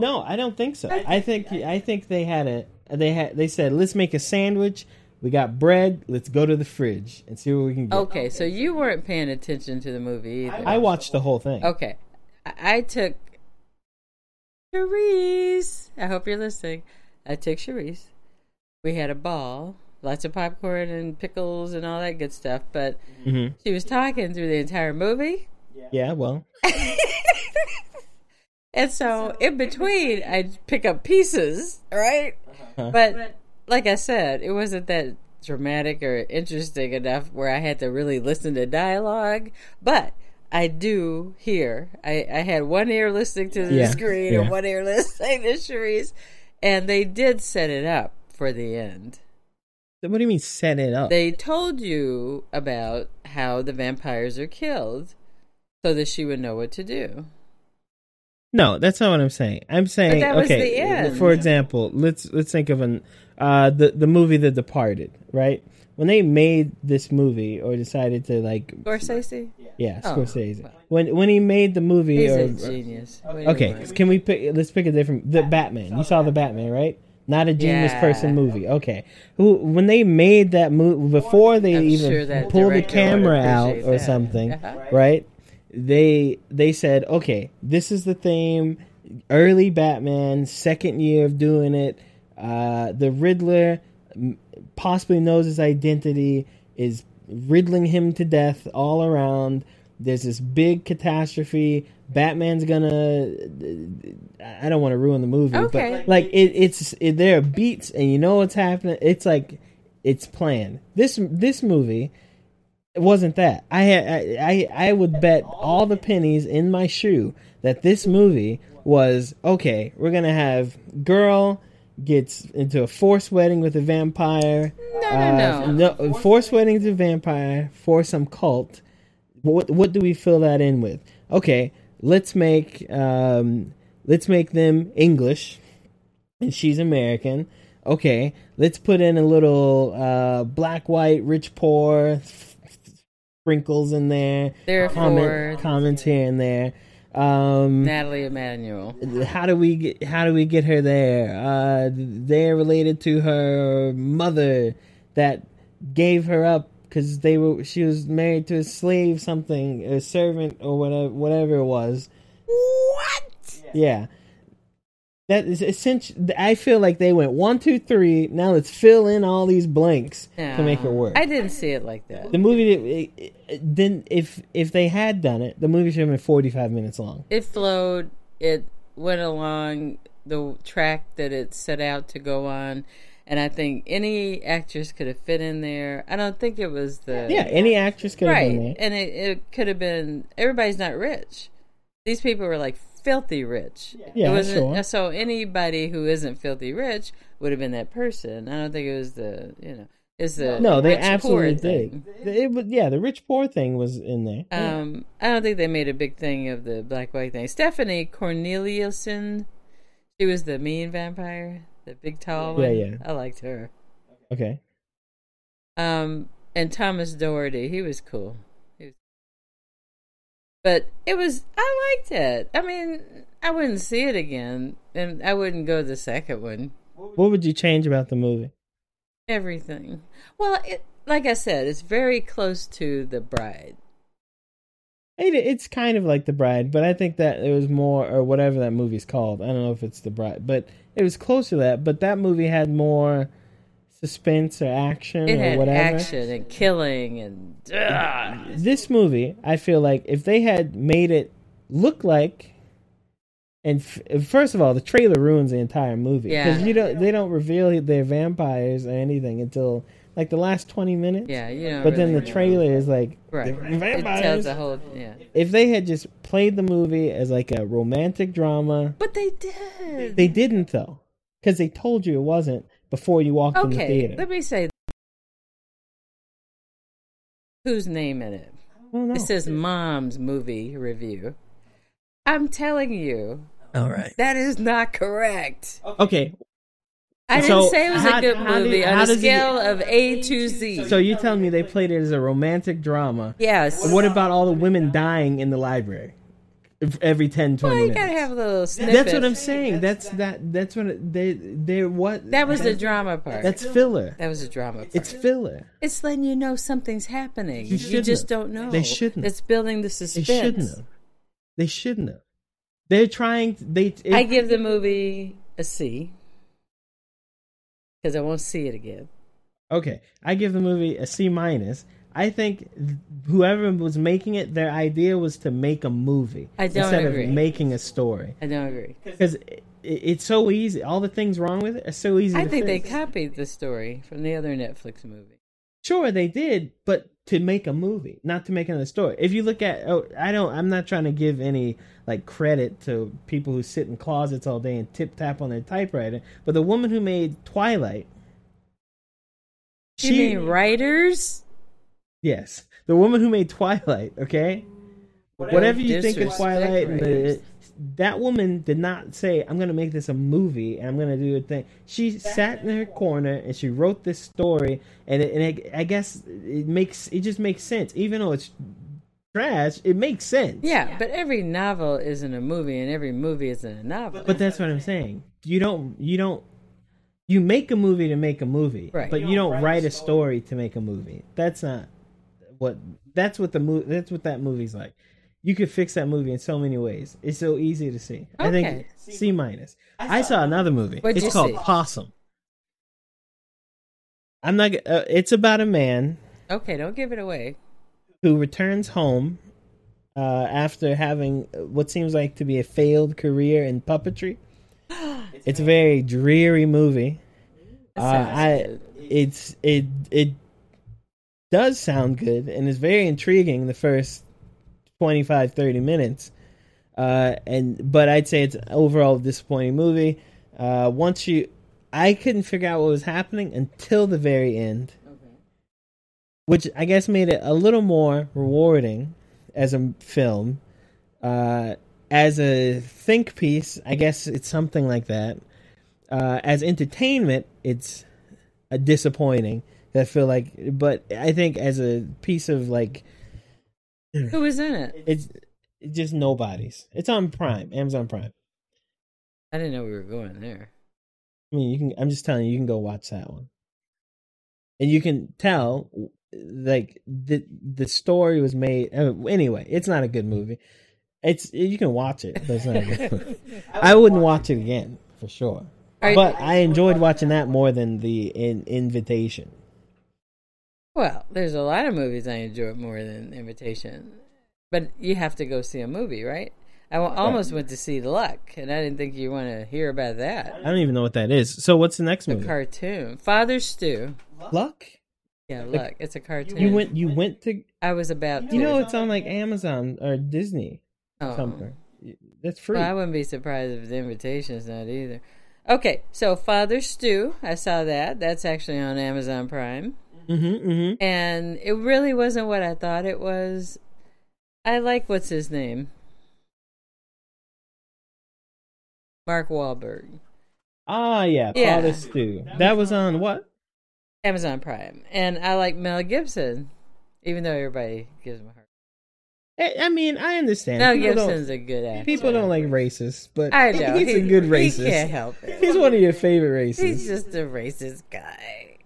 [SPEAKER 1] No, I don't think so. I think I think they had a they had they said let's make a sandwich. We got bread. Let's go to the fridge and see what we can get.
[SPEAKER 2] Okay, so you weren't paying attention to the movie either.
[SPEAKER 1] I watched the whole thing.
[SPEAKER 2] Okay. I, I took Cherise. I hope you're listening. I took Cherise. We had a ball, lots of popcorn and pickles and all that good stuff. But
[SPEAKER 1] Mhm.
[SPEAKER 2] she was talking through the entire movie.
[SPEAKER 1] Yeah, well,
[SPEAKER 2] And so, in between, I'd pick up pieces, right?
[SPEAKER 1] Uh-huh.
[SPEAKER 2] But like I said, it wasn't that dramatic or interesting enough where I had to really listen to dialogue. But I do hear. I, I had one ear listening to the
[SPEAKER 1] Yeah,
[SPEAKER 2] screen
[SPEAKER 1] yeah.
[SPEAKER 2] and one ear listening to Cherise. And they did set it up for the end.
[SPEAKER 1] what do you mean set it up?
[SPEAKER 2] They told you about how the vampires are killed so that she would know what to do.
[SPEAKER 1] No, that's not what I'm saying. I'm saying
[SPEAKER 2] that was
[SPEAKER 1] okay.
[SPEAKER 2] the end.
[SPEAKER 1] For example, let's let's think of an uh the the movie The Departed, right? When they made this movie or decided to like
[SPEAKER 2] Scorsese?
[SPEAKER 1] yeah,
[SPEAKER 2] Oh.
[SPEAKER 1] Scorsese. When when he made the movie
[SPEAKER 2] He's
[SPEAKER 1] or
[SPEAKER 2] a genius. Wait a
[SPEAKER 1] Okay,
[SPEAKER 2] minute.
[SPEAKER 1] can we pick? Let's pick a different. The Batman. You saw the Batman, right? Not a genius
[SPEAKER 2] Yeah.
[SPEAKER 1] person movie. Okay, who when they made that movie before they
[SPEAKER 2] I'm
[SPEAKER 1] even
[SPEAKER 2] sure that
[SPEAKER 1] pulled the
[SPEAKER 2] director would
[SPEAKER 1] camera out
[SPEAKER 2] appreciate
[SPEAKER 1] or
[SPEAKER 2] that.
[SPEAKER 1] something,
[SPEAKER 2] Uh-huh.
[SPEAKER 1] right? They they said, okay, this is the theme. Early Batman, second year of doing it. Uh, the Riddler m- possibly knows his identity is riddling him to death all around. There's this big catastrophe. Batman's gonna I don't want to ruin the movie,
[SPEAKER 2] Okay.
[SPEAKER 1] but like it, it's it, there are beats and you know what's happening. It's like it's planned. This this movie it wasn't that. I had I, I I would bet all the pennies in my shoe that this movie was okay. We're gonna have girl gets into a forced wedding with a vampire. Uh,
[SPEAKER 2] No, no, no.
[SPEAKER 1] no forced wedding to vampire for some cult what what do we fill that in with? Okay, let's make um, let's make them English, and she's American. Okay, let's put in a little uh, black, white, rich, poor f- sprinkles in there.
[SPEAKER 2] Therefore-
[SPEAKER 1] comment, comments here and there. Um,
[SPEAKER 2] Natalie Emanuel.
[SPEAKER 1] how do we get how do we get her there uh they're related to her mother that gave her up because they were she was married to a slave something a servant or whatever whatever it was
[SPEAKER 2] What?
[SPEAKER 1] yeah that is essentially i feel like they went one two three now let's fill in all these blanks to make it work
[SPEAKER 2] I didn't see it like that.
[SPEAKER 1] the movie did- it- it- then if if they had done it the movie should have been 45 minutes long
[SPEAKER 2] It flowed. It went along the track that it set out to go on, and I think any actress could have fit in there. I don't think it was the
[SPEAKER 1] yeah any actress could have
[SPEAKER 2] right,
[SPEAKER 1] been there
[SPEAKER 2] and it, it could have been. Everybody's not rich. These people were like filthy rich.
[SPEAKER 1] Yeah,
[SPEAKER 2] it wasn't,
[SPEAKER 1] sure.
[SPEAKER 2] So anybody who isn't filthy rich would have been that person. I don't think it was the you know. It's the
[SPEAKER 1] No, they
[SPEAKER 2] rich, poor
[SPEAKER 1] absolutely
[SPEAKER 2] thing.
[SPEAKER 1] did. It was, yeah, the rich poor thing was in there.
[SPEAKER 2] Um, I don't think they made a big thing of the black white thing. Stephanie Corneliusen, she was the mean vampire, the big tall
[SPEAKER 1] Yeah,
[SPEAKER 2] one.
[SPEAKER 1] yeah.
[SPEAKER 2] I liked her.
[SPEAKER 1] Okay.
[SPEAKER 2] Um, and Thomas Doherty, he was cool. He was... But it was, I liked it. I mean, I wouldn't see it again, and I wouldn't go to the second one.
[SPEAKER 1] What would you change about the movie?
[SPEAKER 2] Everything. Well, it, like I said, it's very close to the bride.
[SPEAKER 1] It, it's kind of like The Bride, but I think that it was more, or whatever that movie's called. I don't know if it's The Bride, but it was close to that. But that movie had more suspense or action or
[SPEAKER 2] It had
[SPEAKER 1] whatever.
[SPEAKER 2] action and killing and ugh.
[SPEAKER 1] This movie, I feel like if they had made it look like, and f- first of all, the trailer ruins the entire movie because
[SPEAKER 2] Yeah.
[SPEAKER 1] you don't they don't reveal their vampires or anything until like the last twenty minutes.
[SPEAKER 2] yeah, you know.
[SPEAKER 1] But then the trailer is like
[SPEAKER 2] right.
[SPEAKER 1] "The
[SPEAKER 2] It
[SPEAKER 1] vampires.
[SPEAKER 2] tells the whole yeah.
[SPEAKER 1] if they had just played the movie as like a romantic drama,
[SPEAKER 2] But they did.
[SPEAKER 1] they didn't though, because they told you it wasn't before you walked in the
[SPEAKER 2] okay,
[SPEAKER 1] theater.
[SPEAKER 2] let me say whose name in it.
[SPEAKER 1] Oh, no.
[SPEAKER 2] This is mom's movie review. I'm telling you,
[SPEAKER 4] All right.
[SPEAKER 2] that is not correct.
[SPEAKER 1] okay,
[SPEAKER 2] I
[SPEAKER 1] So,
[SPEAKER 2] didn't say it was
[SPEAKER 1] how-
[SPEAKER 2] a good
[SPEAKER 1] how do-
[SPEAKER 2] movie on
[SPEAKER 1] how
[SPEAKER 2] a
[SPEAKER 1] does it-
[SPEAKER 2] scale of A to Z.
[SPEAKER 1] so you telling me they played it as a romantic drama?
[SPEAKER 2] yes.
[SPEAKER 1] What about all the women dying in the library If- every 10, 20
[SPEAKER 2] well, you
[SPEAKER 1] minutes?
[SPEAKER 2] gotta have a little snippet.
[SPEAKER 1] that's what I'm saying. That's that. That's what it- they they what.
[SPEAKER 2] That was the drama part.
[SPEAKER 1] That's filler.
[SPEAKER 2] that was a drama part.
[SPEAKER 1] It's
[SPEAKER 2] It's,
[SPEAKER 1] filler.
[SPEAKER 2] letting you know something's happening.
[SPEAKER 1] You
[SPEAKER 2] You,
[SPEAKER 1] shouldn't
[SPEAKER 2] just
[SPEAKER 1] have.
[SPEAKER 2] don't know.
[SPEAKER 1] They shouldn't have.
[SPEAKER 2] It's building
[SPEAKER 1] They
[SPEAKER 2] the suspense.
[SPEAKER 1] shouldn't have. They shouldn't have. They're trying. They. It,
[SPEAKER 2] I give the movie a C because I won't see it again.
[SPEAKER 1] Okay, I give the movie a C minus. I think th- whoever was making it, their idea was to make a movie
[SPEAKER 2] I don't
[SPEAKER 1] instead
[SPEAKER 2] agree.
[SPEAKER 1] of making a story.
[SPEAKER 2] I don't agree.
[SPEAKER 1] Because it, it's so easy. All the things wrong with it are so easy.
[SPEAKER 2] I
[SPEAKER 1] to
[SPEAKER 2] think they
[SPEAKER 1] fix.
[SPEAKER 2] copied the story from the other Netflix movie.
[SPEAKER 1] Sure, they did, but to make a movie, not to make another story. If you look at, oh, I don't, I'm not trying to give any like credit to people who sit in closets all day and tip tap on their typewriter, but the woman who made Twilight,
[SPEAKER 2] You mean writers?
[SPEAKER 1] Yes, the woman who made Twilight. Okay, whatever, you think of
[SPEAKER 2] disrespect,
[SPEAKER 1] Twilight,
[SPEAKER 2] right?
[SPEAKER 1] but that woman did not say, "I'm going to make this a movie and I'm going to do a thing." She sat in her corner and she wrote this story, and it, and it, I guess it makes it just makes sense, even though it's trash. It makes sense.
[SPEAKER 2] Yeah, but every novel isn't a movie, and every movie isn't a novel.
[SPEAKER 1] but that's what I'm saying. You don't. You don't. You make a movie to make a movie,
[SPEAKER 2] Right.
[SPEAKER 1] but you don't write a story to make a movie. That's not what. That's what the movie. That's what that movie's like. You could fix that movie in so many ways. It's so easy to see. I think
[SPEAKER 2] Okay.
[SPEAKER 1] C minus. I saw another movie.
[SPEAKER 2] What'd
[SPEAKER 1] it's
[SPEAKER 2] you
[SPEAKER 1] called
[SPEAKER 2] see?
[SPEAKER 1] Possum. I'm not. g- Uh, it's about a man
[SPEAKER 2] okay, don't give it away.
[SPEAKER 1] who returns home uh, after having what seems like to be a failed career in puppetry. it's a very dreary movie. Uh,
[SPEAKER 2] sounds
[SPEAKER 1] I it's it it does sound good and is very intriguing the first 25 30 minutes. Uh, and but I'd say it's an overall disappointing movie. Uh, once you I couldn't figure out what was happening until the very end which I guess made it a little more rewarding as a film. Uh, as a think piece, I guess it's something like that. Uh, as entertainment, it's a disappointing. I feel like, but I think as a piece of like,
[SPEAKER 2] Who was in it?
[SPEAKER 1] it's it's just nobody's. It's on Prime, Amazon Prime.
[SPEAKER 2] I didn't know we were going there.
[SPEAKER 1] I mean, you can. I'm just telling you, you can go watch that one, and you can tell like the the story was made. uh, Anyway, it's not a good movie. It's you can watch it, but it's not a good movie. I wouldn't watch it again for sure.
[SPEAKER 2] Are-
[SPEAKER 1] But I enjoyed watching that more than the in, invitation.
[SPEAKER 2] Well, there's a lot of movies I enjoy more than Invitation, but you have to go see a movie, right? I wa- almost went to see The Luck, and I didn't think you want to hear about
[SPEAKER 1] I
[SPEAKER 2] that.
[SPEAKER 1] don't even know what that is. So what's the next
[SPEAKER 2] It's a
[SPEAKER 1] movie?
[SPEAKER 2] cartoon, Father Stew.
[SPEAKER 1] Luck.
[SPEAKER 2] Yeah, Luck. It's a cartoon.
[SPEAKER 1] You went. You went to.
[SPEAKER 2] I was about.
[SPEAKER 1] You
[SPEAKER 2] to.
[SPEAKER 1] know, it's on like Amazon or Disney
[SPEAKER 2] Oh.
[SPEAKER 1] something. That's free.
[SPEAKER 2] Well, I wouldn't be surprised if the invitation's not either. Okay, so Father Stew, I saw that. That's actually on Amazon Prime.
[SPEAKER 1] Mm-hmm. Mm-hmm.
[SPEAKER 2] And it really wasn't what I thought it was. I like what's his name? Mark Wahlberg.
[SPEAKER 1] Ah, yeah.
[SPEAKER 2] Yeah.
[SPEAKER 1] Father Stew. That was on what?
[SPEAKER 2] Amazon Prime. And I like Mel Gibson, even though everybody gives him a hard
[SPEAKER 1] I I mean, I understand.
[SPEAKER 2] Mel
[SPEAKER 1] people
[SPEAKER 2] Gibson's
[SPEAKER 1] don't,
[SPEAKER 2] a good actor.
[SPEAKER 1] people don't like racists, but
[SPEAKER 2] I know.
[SPEAKER 1] he's
[SPEAKER 2] he,
[SPEAKER 1] a good
[SPEAKER 2] He
[SPEAKER 1] racist.
[SPEAKER 2] can't help it.
[SPEAKER 1] He's one of your favorite racists.
[SPEAKER 2] He's just a racist guy.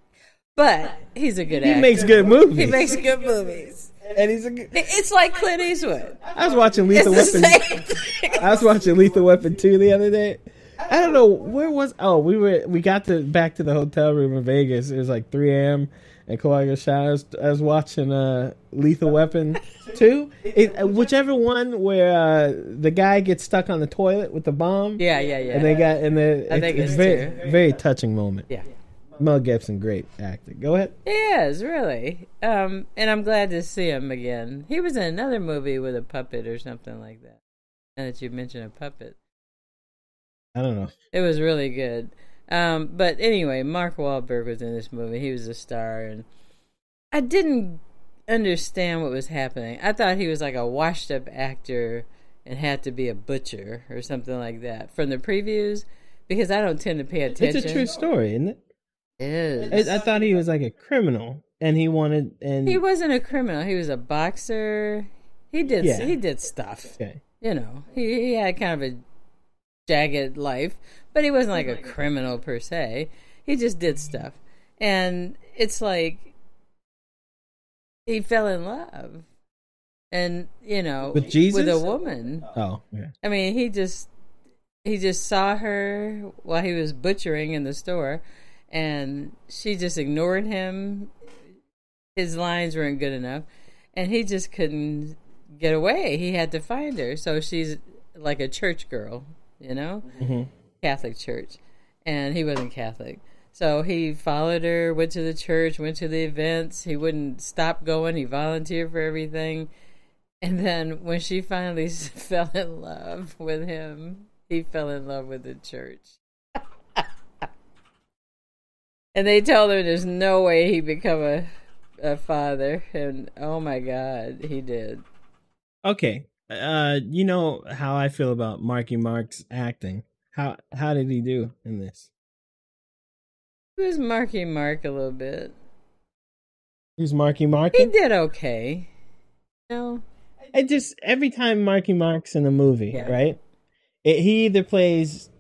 [SPEAKER 2] But he's a good
[SPEAKER 1] he
[SPEAKER 2] actor.
[SPEAKER 1] makes good movies.
[SPEAKER 2] He makes good movies.
[SPEAKER 1] And he's a. g-
[SPEAKER 2] It's like Clint Eastwood.
[SPEAKER 1] I was watching
[SPEAKER 2] It's
[SPEAKER 1] Lethal
[SPEAKER 2] the
[SPEAKER 1] Weapon.
[SPEAKER 2] same thing.
[SPEAKER 1] I was watching Lethal Weapon two the other day. I don't know where was. Oh, we were we got to back to the hotel room in Vegas. It was like three a.m. and Kawhi got shot. I was, I was watching uh, Lethal Weapon two, it, uh, whichever one where uh, the guy gets stuck on the toilet with the bomb.
[SPEAKER 2] Yeah, yeah, yeah.
[SPEAKER 1] And they got and the
[SPEAKER 2] I
[SPEAKER 1] it's,
[SPEAKER 2] think
[SPEAKER 1] it's
[SPEAKER 2] it's
[SPEAKER 1] very very touching moment.
[SPEAKER 2] yeah.
[SPEAKER 1] Mel Gibson, great acting. Go ahead.
[SPEAKER 2] He is, really. Um, and I'm glad to see him again. He was in another movie with a puppet or something like that. Now that you mention a puppet.
[SPEAKER 1] I don't know.
[SPEAKER 2] It was really good. Um, but anyway, Mark Wahlberg was in this movie. He was a star, and I didn't understand what was happening. I thought he was like a washed-up actor and had to be a butcher or something like that from the previews, because I don't tend to pay attention.
[SPEAKER 1] It's a true story, isn't it?
[SPEAKER 2] It is.
[SPEAKER 1] I, I thought he was like a criminal, and he wanted and
[SPEAKER 2] He wasn't a criminal. He was a boxer. He did.
[SPEAKER 1] Yeah.
[SPEAKER 2] He did stuff.
[SPEAKER 1] okay.
[SPEAKER 2] you know, he, he had kind of a jagged life, but he wasn't like a criminal per se. He just did stuff. And it's like he fell in love. And, you know,
[SPEAKER 1] With Jesus?
[SPEAKER 2] with a woman.
[SPEAKER 1] Oh, yeah.
[SPEAKER 2] I mean, he just he just saw her while he was butchering in the store and she just ignored him. His lines weren't good enough and he just couldn't get away. He had to find her. So she's like a church girl, you know? Catholic church. And he wasn't Catholic. So he followed her, went to the church, went to the events. He wouldn't stop going. He volunteered for everything. And then when she finally fell in love with him, he fell in love with the church. and they told her there's no way he become a a father and oh my god, he did.
[SPEAKER 1] Okay. Uh, you know how I feel about Marky Mark's acting. How how did he do in this?
[SPEAKER 2] He was Marky Mark a little bit.
[SPEAKER 1] Who's Marky Mark?
[SPEAKER 2] He did okay. No.
[SPEAKER 1] I just every time Marky Mark's in a movie,
[SPEAKER 2] Yeah.
[SPEAKER 1] right? It, he either plays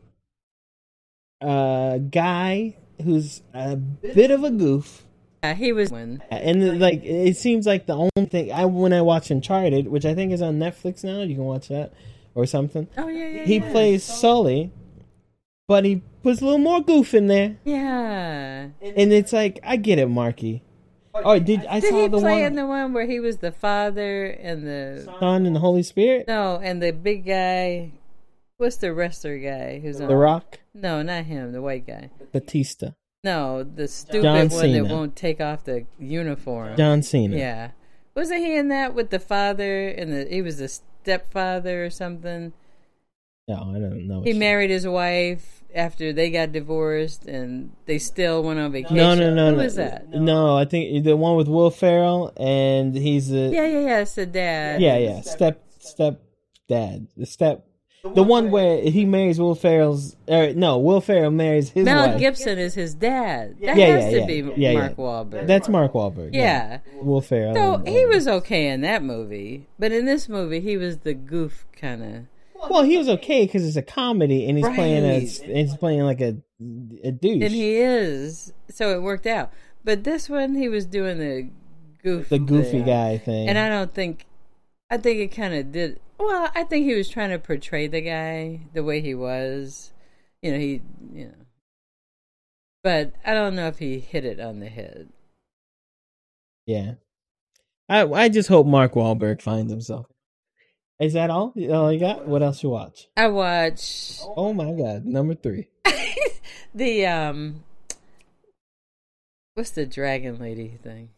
[SPEAKER 1] a guy who's a bit of a goof,
[SPEAKER 2] Yeah, he was one.
[SPEAKER 1] and like it seems like the only thing I when I watch Uncharted, which I think is on Netflix now, you can watch that or something.
[SPEAKER 2] Oh yeah, yeah.
[SPEAKER 1] He
[SPEAKER 2] yeah.
[SPEAKER 1] plays Sully, but he puts a little more goof in there.
[SPEAKER 2] Yeah.
[SPEAKER 1] And it's like, I get it, Marky. Oh, did I
[SPEAKER 2] Did
[SPEAKER 1] saw
[SPEAKER 2] he
[SPEAKER 1] the one
[SPEAKER 2] play in the one where he was the father and the
[SPEAKER 1] Son and the Holy Spirit?
[SPEAKER 2] No, and the big guy. What's the wrestler guy who's on?
[SPEAKER 1] The Rock,
[SPEAKER 2] No, not him. The white guy.
[SPEAKER 1] Batista,
[SPEAKER 2] No, the stupid
[SPEAKER 1] John
[SPEAKER 2] one
[SPEAKER 1] Cena.
[SPEAKER 2] that won't take off the uniform.
[SPEAKER 1] John Cena.
[SPEAKER 2] Yeah, wasn't he in that with the father and the? He was the stepfather or something.
[SPEAKER 1] No, I don't know.
[SPEAKER 2] He
[SPEAKER 1] what
[SPEAKER 2] married his wife after they got divorced, and they still went on
[SPEAKER 1] she-
[SPEAKER 2] vacation.
[SPEAKER 1] No, no, no,
[SPEAKER 2] Who
[SPEAKER 1] no.
[SPEAKER 2] was that?
[SPEAKER 1] No, I think the one with Will Ferrell, and he's the
[SPEAKER 2] Yeah, yeah, yeah. It's the dad.
[SPEAKER 1] yeah, yeah, step step dad, the step, the one where he marries Will Ferrell's. Or, no, Will Ferrell marries his
[SPEAKER 2] Mel
[SPEAKER 1] wife.
[SPEAKER 2] Gibson is his dad. That
[SPEAKER 1] Yeah,
[SPEAKER 2] has
[SPEAKER 1] yeah,
[SPEAKER 2] to
[SPEAKER 1] yeah.
[SPEAKER 2] be
[SPEAKER 1] Yeah, yeah.
[SPEAKER 2] Mark Wahlberg.
[SPEAKER 1] That's Mark Wahlberg.
[SPEAKER 2] yeah.
[SPEAKER 1] Will Ferrell.
[SPEAKER 2] So
[SPEAKER 1] and-
[SPEAKER 2] he was okay in that movie, but in this movie he was the goof kind of.
[SPEAKER 1] Well, he was okay because it's a comedy, and he's playing a
[SPEAKER 2] Right.
[SPEAKER 1] he's playing like a a douche.
[SPEAKER 2] And he is, so it worked out. But this one he was doing the goof,
[SPEAKER 1] the goofy
[SPEAKER 2] thing.
[SPEAKER 1] guy thing.
[SPEAKER 2] and I don't think, I think it kind of did. Well, I think he was trying to portray the guy the way he was. You know, he, you know. But I don't know if he hit it on the head.
[SPEAKER 1] yeah, I I just hope Mark Wahlberg finds himself. Is that all? All you got? What else you watch?
[SPEAKER 2] I watched
[SPEAKER 1] Oh my God, number three.
[SPEAKER 2] the um, what's the dragon lady thing?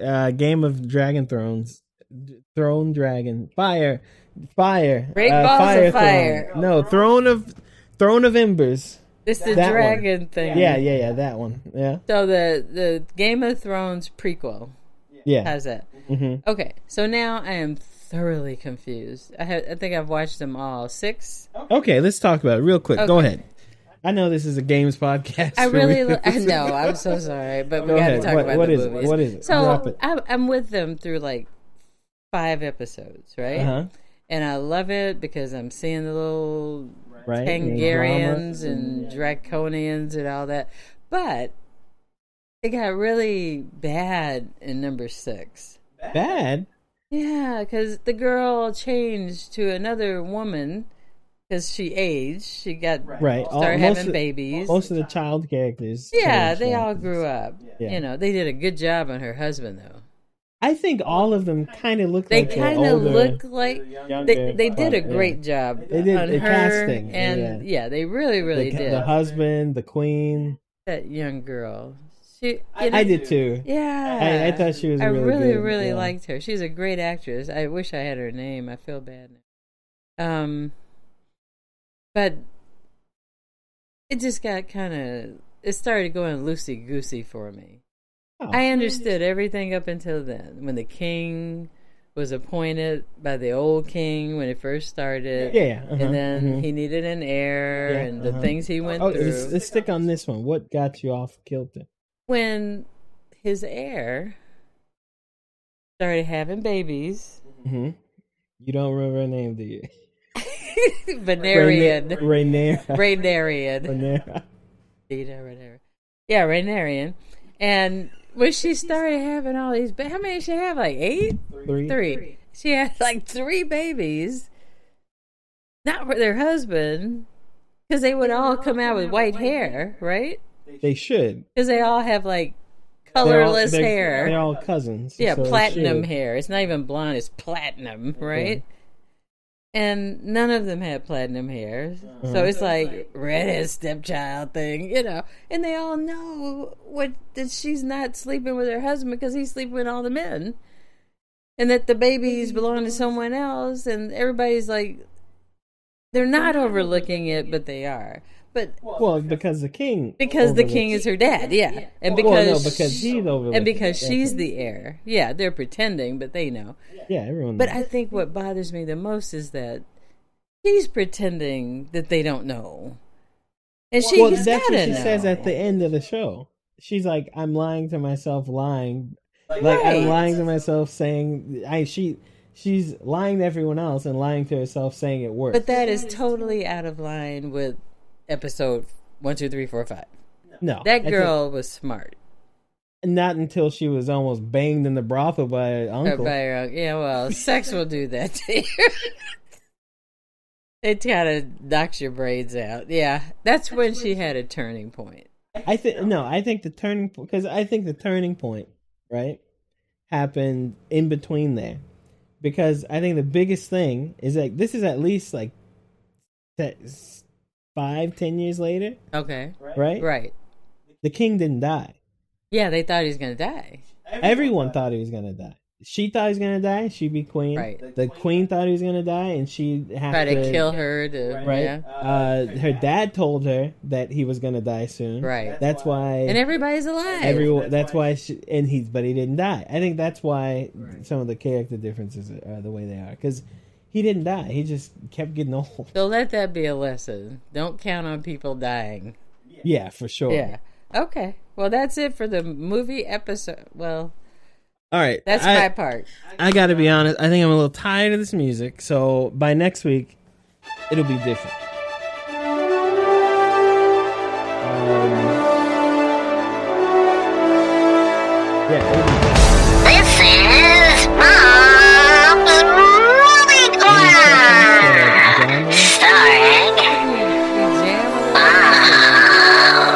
[SPEAKER 1] Uh, Game of Dragon Thrones, D- Throne Dragon, Fire, Fire,
[SPEAKER 2] Great
[SPEAKER 1] uh,
[SPEAKER 2] balls of
[SPEAKER 1] Throne.
[SPEAKER 2] fire.
[SPEAKER 1] No, Throne of Throne of Embers.
[SPEAKER 2] It's the
[SPEAKER 1] That one.
[SPEAKER 2] dragon thing.
[SPEAKER 1] Yeah, yeah, yeah. That one. Yeah,
[SPEAKER 2] So the the Game of Thrones prequel.
[SPEAKER 1] yeah.
[SPEAKER 2] How's that?
[SPEAKER 1] hmm
[SPEAKER 2] Okay. So now I am thoroughly confused. I have, I think I've watched them all six.
[SPEAKER 1] Okay, let's talk about it real quick. Go
[SPEAKER 2] Okay.
[SPEAKER 1] ahead. I know this is a games podcast.
[SPEAKER 2] I
[SPEAKER 1] so we-
[SPEAKER 2] really lo- I know. I'm so sorry, but we
[SPEAKER 1] Go
[SPEAKER 2] got to
[SPEAKER 1] ahead.
[SPEAKER 2] talk
[SPEAKER 1] What-
[SPEAKER 2] about
[SPEAKER 1] what
[SPEAKER 2] the
[SPEAKER 1] is it?
[SPEAKER 2] movies.
[SPEAKER 1] What is it? Drop
[SPEAKER 2] So
[SPEAKER 1] it.
[SPEAKER 2] I'm, I'm with them through like five episodes, right?
[SPEAKER 1] Uh-huh.
[SPEAKER 2] And I love it because I'm seeing the little
[SPEAKER 1] Right?
[SPEAKER 2] Hungarians and Draconians and all that. But it got really bad in number six.
[SPEAKER 1] Bad.
[SPEAKER 2] Yeah, because the girl changed to another woman because she aged. She got
[SPEAKER 1] Right. all-
[SPEAKER 2] started
[SPEAKER 1] most
[SPEAKER 2] having
[SPEAKER 1] of-
[SPEAKER 2] babies.
[SPEAKER 1] Most of the child characters.
[SPEAKER 2] yeah,
[SPEAKER 1] changed
[SPEAKER 2] they all
[SPEAKER 1] actors.
[SPEAKER 2] grew up.
[SPEAKER 1] Yeah.
[SPEAKER 2] You know, they did a good job on her husband though.
[SPEAKER 1] I think all of them kind of look
[SPEAKER 2] They
[SPEAKER 1] like
[SPEAKER 2] kind of look like they, they did a great job.
[SPEAKER 1] They did
[SPEAKER 2] on
[SPEAKER 1] the
[SPEAKER 2] her,
[SPEAKER 1] casting,
[SPEAKER 2] and yeah. they really, really
[SPEAKER 1] the,
[SPEAKER 2] did.
[SPEAKER 1] the husband, the queen.
[SPEAKER 2] that young girl, she, you know,
[SPEAKER 1] I did too.
[SPEAKER 2] yeah.
[SPEAKER 1] I, I thought she was.
[SPEAKER 2] I
[SPEAKER 1] really,
[SPEAKER 2] really,
[SPEAKER 1] good,
[SPEAKER 2] really
[SPEAKER 1] yeah.
[SPEAKER 2] liked her. She's a great actress. I wish I had her name. I feel bad. now. Um, but it just got kind of. It started going loosey goosey for me.
[SPEAKER 1] Oh.
[SPEAKER 2] I understood everything up until then. When the king was appointed by the old king when it first started,
[SPEAKER 1] Yeah. uh-huh,
[SPEAKER 2] and then
[SPEAKER 1] mhm.
[SPEAKER 2] he needed an heir,
[SPEAKER 1] Yeah,
[SPEAKER 2] and the
[SPEAKER 1] uh-huh.
[SPEAKER 2] things he went
[SPEAKER 1] Oh,
[SPEAKER 2] through.
[SPEAKER 1] let's, let's stick on this one. What got you off kilter?
[SPEAKER 2] when his heir started having babies,
[SPEAKER 1] hmm You don't remember her name, do you?
[SPEAKER 2] Venerian,
[SPEAKER 1] Rainera.
[SPEAKER 2] Rainarian,
[SPEAKER 1] Rainera.
[SPEAKER 2] Rita, whatever. uh, Yeah, Rainarian. And when she started having all these, ba- how many did she have? Like eight,
[SPEAKER 1] Three.
[SPEAKER 2] three. She had like three babies, not with her husband, because they would all come out with white hair, right?
[SPEAKER 1] They should.
[SPEAKER 2] Because they all have like
[SPEAKER 1] They're all-
[SPEAKER 2] colorless
[SPEAKER 1] they're-
[SPEAKER 2] hair.
[SPEAKER 1] They're all cousins.
[SPEAKER 2] Yeah,
[SPEAKER 1] so they
[SPEAKER 2] platinum
[SPEAKER 1] should.
[SPEAKER 2] hair. It's not even blonde, it's platinum, right? And none of them had platinum hair.
[SPEAKER 1] Uh-huh.
[SPEAKER 2] So it's like redhead stepchild thing, you know. And they all know what that she's not sleeping with her husband because he's sleeping with all the men. And that the babies belong to someone else and everybody's like they're not overlooking it, but they are. But
[SPEAKER 1] Well, because the king.
[SPEAKER 2] because the
[SPEAKER 1] overlooks-
[SPEAKER 2] king is her dad, yeah. And because
[SPEAKER 1] Well, no, because he's overlooking
[SPEAKER 2] and because
[SPEAKER 1] it,
[SPEAKER 2] she's the heir. Yeah, they're pretending, but they know.
[SPEAKER 1] Yeah, everyone.
[SPEAKER 2] But I think what bothers me the most is that he's pretending that they don't know, and she's
[SPEAKER 1] well,
[SPEAKER 2] has
[SPEAKER 1] that's
[SPEAKER 2] gotta
[SPEAKER 1] what she
[SPEAKER 2] know.
[SPEAKER 1] says at the end of the show. She's like, "I'm lying to myself, lying, like
[SPEAKER 2] Right.
[SPEAKER 1] I'm lying to myself, saying I she she's lying to everyone else and lying to herself, saying it works."
[SPEAKER 2] But that is totally out of line with episode one, two, three, four, five.
[SPEAKER 1] no,
[SPEAKER 2] That
[SPEAKER 1] I
[SPEAKER 2] girl was smart.
[SPEAKER 1] think not until she was almost banged in the brothel by her
[SPEAKER 2] Or
[SPEAKER 1] uncle.
[SPEAKER 2] by her own- yeah, well, sex will do that to you. it kind of knocks your braids out. Yeah, that's when she had a turning point.
[SPEAKER 1] I think no, I think the turning because I think the turning point right happened in between there because I think the biggest thing is like this is at least like that five ten years later,
[SPEAKER 2] Okay,
[SPEAKER 1] right?
[SPEAKER 2] right.
[SPEAKER 1] The king didn't die.
[SPEAKER 2] Yeah, they thought he was gonna die.
[SPEAKER 1] Everyone thought he was gonna die. She thought he was gonna die. She be queen.
[SPEAKER 2] Right.
[SPEAKER 1] The queen thought he was gonna die, and she had
[SPEAKER 2] Try to kill her. To,
[SPEAKER 1] Right.
[SPEAKER 2] Yeah.
[SPEAKER 1] Uh, her dad told her that he was gonna die soon.
[SPEAKER 2] Right.
[SPEAKER 1] That's why.
[SPEAKER 2] and everybody's alive.
[SPEAKER 1] Everyone. That's why. She, and he, but he didn't die. I think that's why some of the character differences are the way they are because he didn't die. He just kept getting old.
[SPEAKER 2] so let that be a lesson. Don't count on people dying.
[SPEAKER 1] Yeah, for sure.
[SPEAKER 2] Yeah. Okay. Well, that's it for the movie episode. Well,
[SPEAKER 1] All right.
[SPEAKER 2] that's
[SPEAKER 1] I,
[SPEAKER 2] my part.
[SPEAKER 1] I gotta be honest. I think I'm a little tired of this music. So by next week, it'll be different. Um, yeah. It'll be
[SPEAKER 3] This is Mom and Movie Corner,
[SPEAKER 1] different. Genre.
[SPEAKER 3] starring
[SPEAKER 2] We jam along. All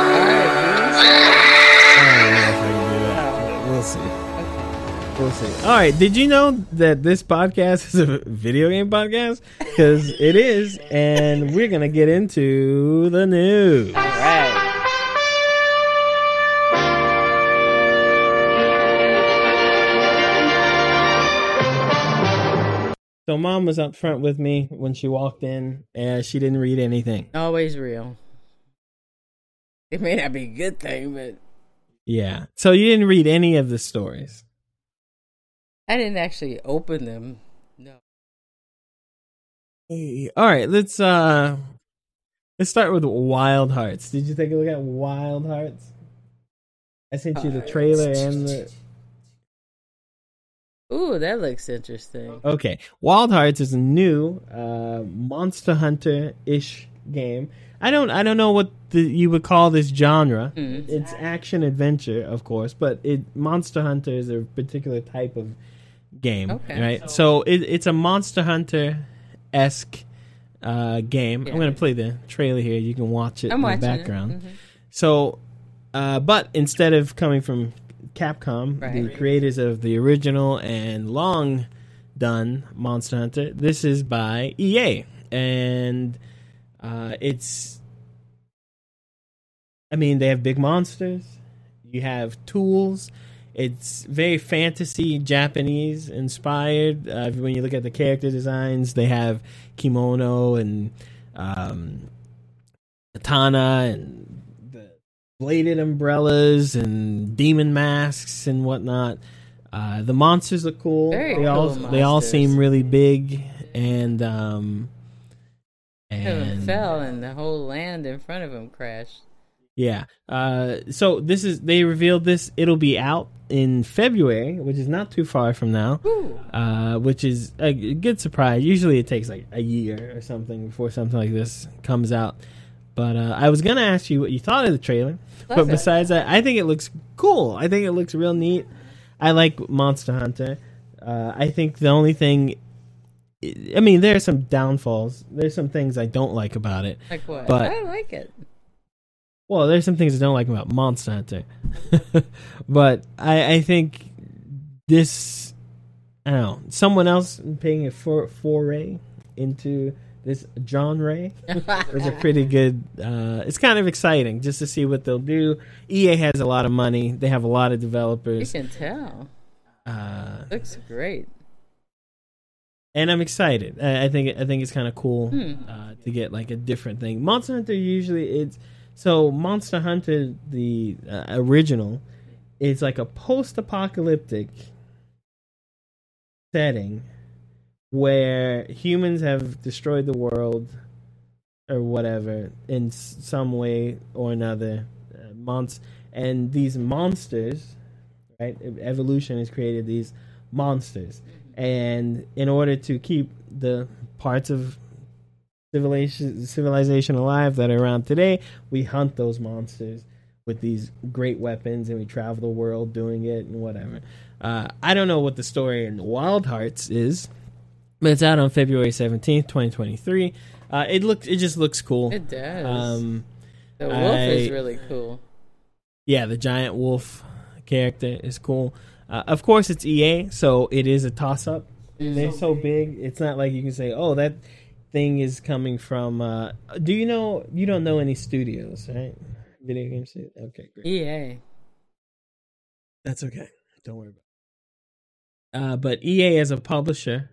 [SPEAKER 2] right,
[SPEAKER 1] We'll see. We'll see. All right. Did you know that this podcast is a video game podcast? Because it is, and we're gonna get into the news.
[SPEAKER 2] All right.
[SPEAKER 1] So, mom was up front with me when she walked in, and she didn't read anything.
[SPEAKER 2] Always real. It may not be a good thing, but
[SPEAKER 1] Yeah. So you didn't read any of the stories.
[SPEAKER 2] I didn't actually open them. No.
[SPEAKER 1] Hey, All right. Let's uh, let's start with Wild Hearts. Did you take a look at Wild Hearts? I sent you the trailer and the
[SPEAKER 2] Ooh, that looks interesting.
[SPEAKER 1] Okay. Wild Hearts is a new uh, Monster Hunter ish game. I don't I don't know what the, you would call this genre.
[SPEAKER 2] Mm.
[SPEAKER 1] It's action adventure, of course, but it Monster Hunter is a particular type of game,
[SPEAKER 2] Okay.
[SPEAKER 1] right? So it, it's a Monster Hunter esque uh, game. I'm
[SPEAKER 2] Yeah.
[SPEAKER 1] going to play the trailer here. You can watch it
[SPEAKER 2] I'm
[SPEAKER 1] in
[SPEAKER 2] watching
[SPEAKER 1] the
[SPEAKER 2] it. Mm-hmm.
[SPEAKER 1] background. So, uh, but instead of coming from Capcom, the
[SPEAKER 2] Right.
[SPEAKER 1] creators of the original and long done Monster Hunter, this is by EA, and uh, it's. I mean, they have big monsters. You have tools. It's very fantasy Japanese inspired. Uh, when you look at the character designs, they have kimono and um, katana and the bladed umbrellas and demon masks and whatnot. Uh, the monsters look cool.
[SPEAKER 2] Very
[SPEAKER 1] they all
[SPEAKER 2] cool
[SPEAKER 1] they all
[SPEAKER 2] monsters.
[SPEAKER 1] seem really big and um
[SPEAKER 2] Heaven
[SPEAKER 1] and uh,
[SPEAKER 2] fell and the whole land in front of him crashed.
[SPEAKER 1] yeah. Uh, so this is they revealed this. It'll be out in February, which is not too far from now.
[SPEAKER 2] Ooh.
[SPEAKER 1] Uh, which is a g- good surprise. Usually it takes like a year or something before something like this comes out. But uh, I was gonna ask you what you thought of the trailer.
[SPEAKER 2] Love
[SPEAKER 1] but
[SPEAKER 2] it.
[SPEAKER 1] besides that, I think it looks cool. I think it looks real neat. I like Monster Hunter. Uh, I think the only thing, I mean, there are some downfalls. There's some things I don't like about it.
[SPEAKER 2] Like what?
[SPEAKER 1] But-
[SPEAKER 2] I like it.
[SPEAKER 1] Well, there's some things I don't like about Monster Hunter, but I, I think this, I don't know, someone else paying a for, foray into this genre is a pretty good. Uh, it's kind of exciting just to see what they'll do. EA has a lot of money; they have a lot of
[SPEAKER 2] You
[SPEAKER 1] developers,
[SPEAKER 2] can tell.
[SPEAKER 1] uh,
[SPEAKER 2] Looks great.
[SPEAKER 1] and I'm excited. I, I think I think it's kind of cool uh, to get like a different thing. Monster Hunter usually it's so Monster Hunter the uh, original is like a post-apocalyptic setting where humans have destroyed the world or whatever in s- some way or another. Uh, monst- and these monsters, right? ev- Evolution has created these monsters, and in order to keep the parts of civilization civilization alive that are around today, we hunt those monsters with these great weapons, and we travel the world doing it and whatever. Uh, I don't know what the story in Wild Hearts is. But it's out on February seventeenth, twenty twenty three. Uh, it looks, it just looks cool.
[SPEAKER 2] It does.
[SPEAKER 1] Um,
[SPEAKER 2] the wolf is
[SPEAKER 1] I-
[SPEAKER 2] really cool.
[SPEAKER 1] yeah, the giant wolf character is cool. Uh, of course, it's EA, so it is a toss up. They're so big, it's not like you can say, "Oh, that thing is coming from." Uh, do you know? You don't know any studios, right? Video game studio. Okay, great.
[SPEAKER 2] EA.
[SPEAKER 1] That's okay. Don't worry about it. Uh, but EA as a publisher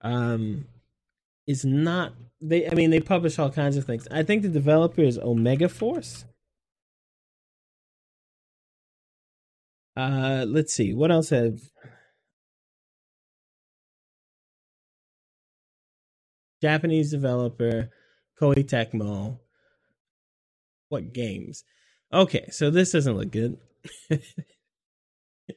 [SPEAKER 1] um, is not. They, I mean, they publish all kinds of things. I think the developer is Omega Force. Uh, let's see. What else have Japanese developer Koei Tecmo? What games? Okay, so this doesn't look good.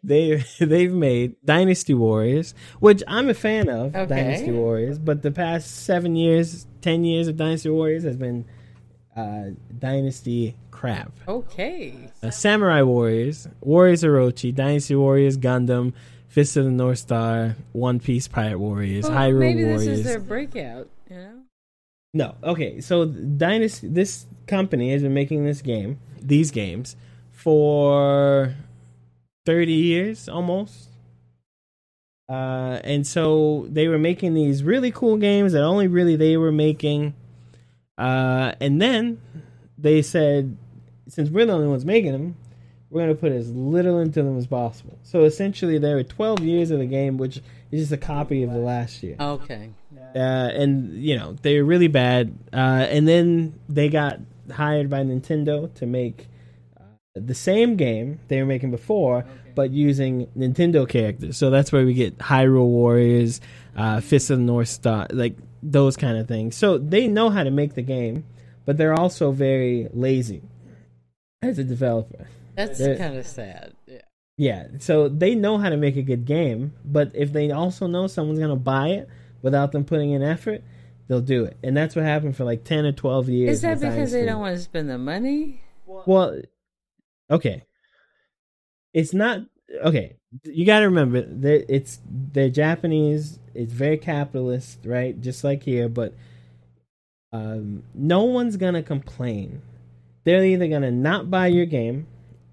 [SPEAKER 1] they they've made Dynasty Warriors, which I'm a fan of
[SPEAKER 2] Okay.
[SPEAKER 1] Dynasty Warriors, but the past seven years, ten years of Dynasty Warriors has been uh, Dynasty crap.
[SPEAKER 2] Okay.
[SPEAKER 1] Uh, Samurai Warriors, Warriors Orochi, Dynasty Warriors, Gundam, Fist of the North Star, One Piece Pirate Warriors,
[SPEAKER 2] Well,
[SPEAKER 1] Hyrule
[SPEAKER 2] maybe
[SPEAKER 1] Warriors.
[SPEAKER 2] this is their breakout, you know?
[SPEAKER 1] No. Okay. So Dynasty, this company has been making this game, these games, for thirty years almost. Uh, and so they were making these really cool games that only really they were making. Uh, and then they said, since we're the only ones making them, we're going to put as little into them as possible. So essentially, there were twelve years of the game, which is just a copy of the last year
[SPEAKER 2] Okay.
[SPEAKER 1] uh, and you know they were really bad. Uh, and then they got hired by Nintendo to make uh, the same game they were making before, but using Nintendo characters. So that's where we get Hyrule Warriors, uh, Fist of the North Star, like those kind of things. So they know how to make the game, but they're also very lazy as a developer.
[SPEAKER 2] That's
[SPEAKER 1] There-
[SPEAKER 2] kind of sad. Yeah.
[SPEAKER 1] Yeah, so they know how to make a good game, but if they also know someone's gonna buy it without them putting in effort, they'll do it, and that's what happened for like ten or twelve years.
[SPEAKER 2] Is that
[SPEAKER 1] with
[SPEAKER 2] because
[SPEAKER 1] Dynasty.
[SPEAKER 2] they don't want to spend the money?
[SPEAKER 1] Well, okay, it's not. okay, you got to remember that it's they're Japanese. It's very capitalist, right? Just like here, but um, no one's gonna complain. They're either gonna not buy your game.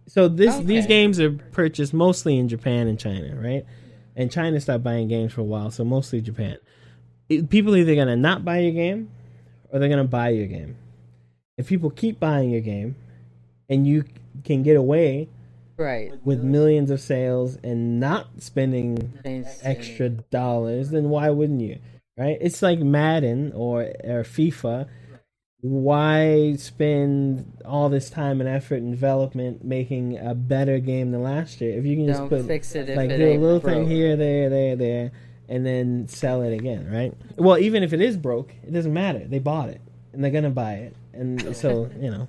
[SPEAKER 1] So this these
[SPEAKER 2] Okay.
[SPEAKER 1] games are purchased mostly in Japan and China, right? And China stopped buying games for a while, so mostly Japan. It- people either gonna not buy your game, or they're gonna buy your game. If people keep buying your game, and you can get away
[SPEAKER 2] Right.
[SPEAKER 1] with millions of sales and not spending
[SPEAKER 2] Thanks.
[SPEAKER 1] extra dollars, then why wouldn't you? Right? It's like Madden or or FIFA. Why spend all this time and effort and development making a better game than last year if you can just
[SPEAKER 2] Don't
[SPEAKER 1] put
[SPEAKER 2] fix it if
[SPEAKER 1] like
[SPEAKER 2] it
[SPEAKER 1] do a
[SPEAKER 2] ain't
[SPEAKER 1] little
[SPEAKER 2] broke.
[SPEAKER 1] thing here, there, there, there, and then sell it again, right? Well, even if it is broke, it doesn't matter. They bought it and they're gonna buy it, and so you know.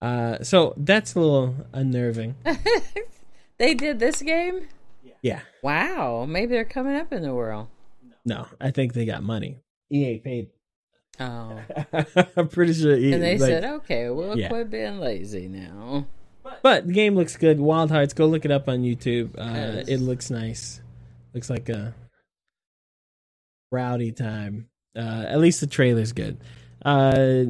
[SPEAKER 1] Uh, so that's a little unnerving.
[SPEAKER 2] They did this game?
[SPEAKER 1] Yeah.
[SPEAKER 2] Wow. Maybe they're coming up in the world.
[SPEAKER 1] No, I think they got money.
[SPEAKER 2] E
[SPEAKER 1] EA paid.
[SPEAKER 2] Oh.
[SPEAKER 1] I'm pretty sure EA.
[SPEAKER 2] And they
[SPEAKER 1] like-
[SPEAKER 2] said, "Oh." okay, we'll
[SPEAKER 1] Yeah.
[SPEAKER 2] quit being lazy now.
[SPEAKER 1] but the game looks good. Wild Hearts. Go look it up on YouTube. Uh,
[SPEAKER 2] Yes.
[SPEAKER 1] it looks nice. Looks like a rowdy time. Uh, at least the trailer's good. Uh,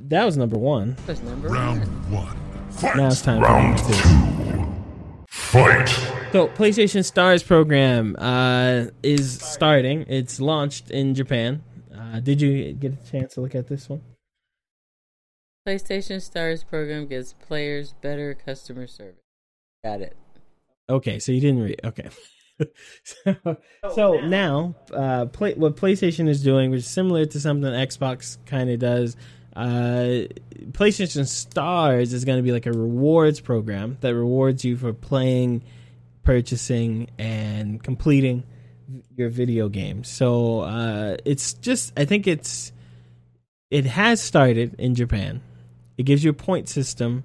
[SPEAKER 1] that was number one.
[SPEAKER 2] That's number
[SPEAKER 4] Round
[SPEAKER 2] one.
[SPEAKER 4] one. Fight.
[SPEAKER 1] Now it's time for
[SPEAKER 4] Round
[SPEAKER 1] number two.
[SPEAKER 4] Fight.
[SPEAKER 1] So, PlayStation Stars program uh, is starting. It's launched in Japan. Uh, did you get a chance to look at this one?
[SPEAKER 2] PlayStation Stars program gives players better customer service. Got it.
[SPEAKER 1] Okay, so you didn't read. Okay. so, so now, uh, play, what PlayStation is doing, which is similar to something Xbox kind of does, uh, PlayStation Stars is going to be like a rewards program that rewards you for playing, purchasing, and completing your video games. So uh, it's just, I think it's, it has started in Japan. It gives you a point system.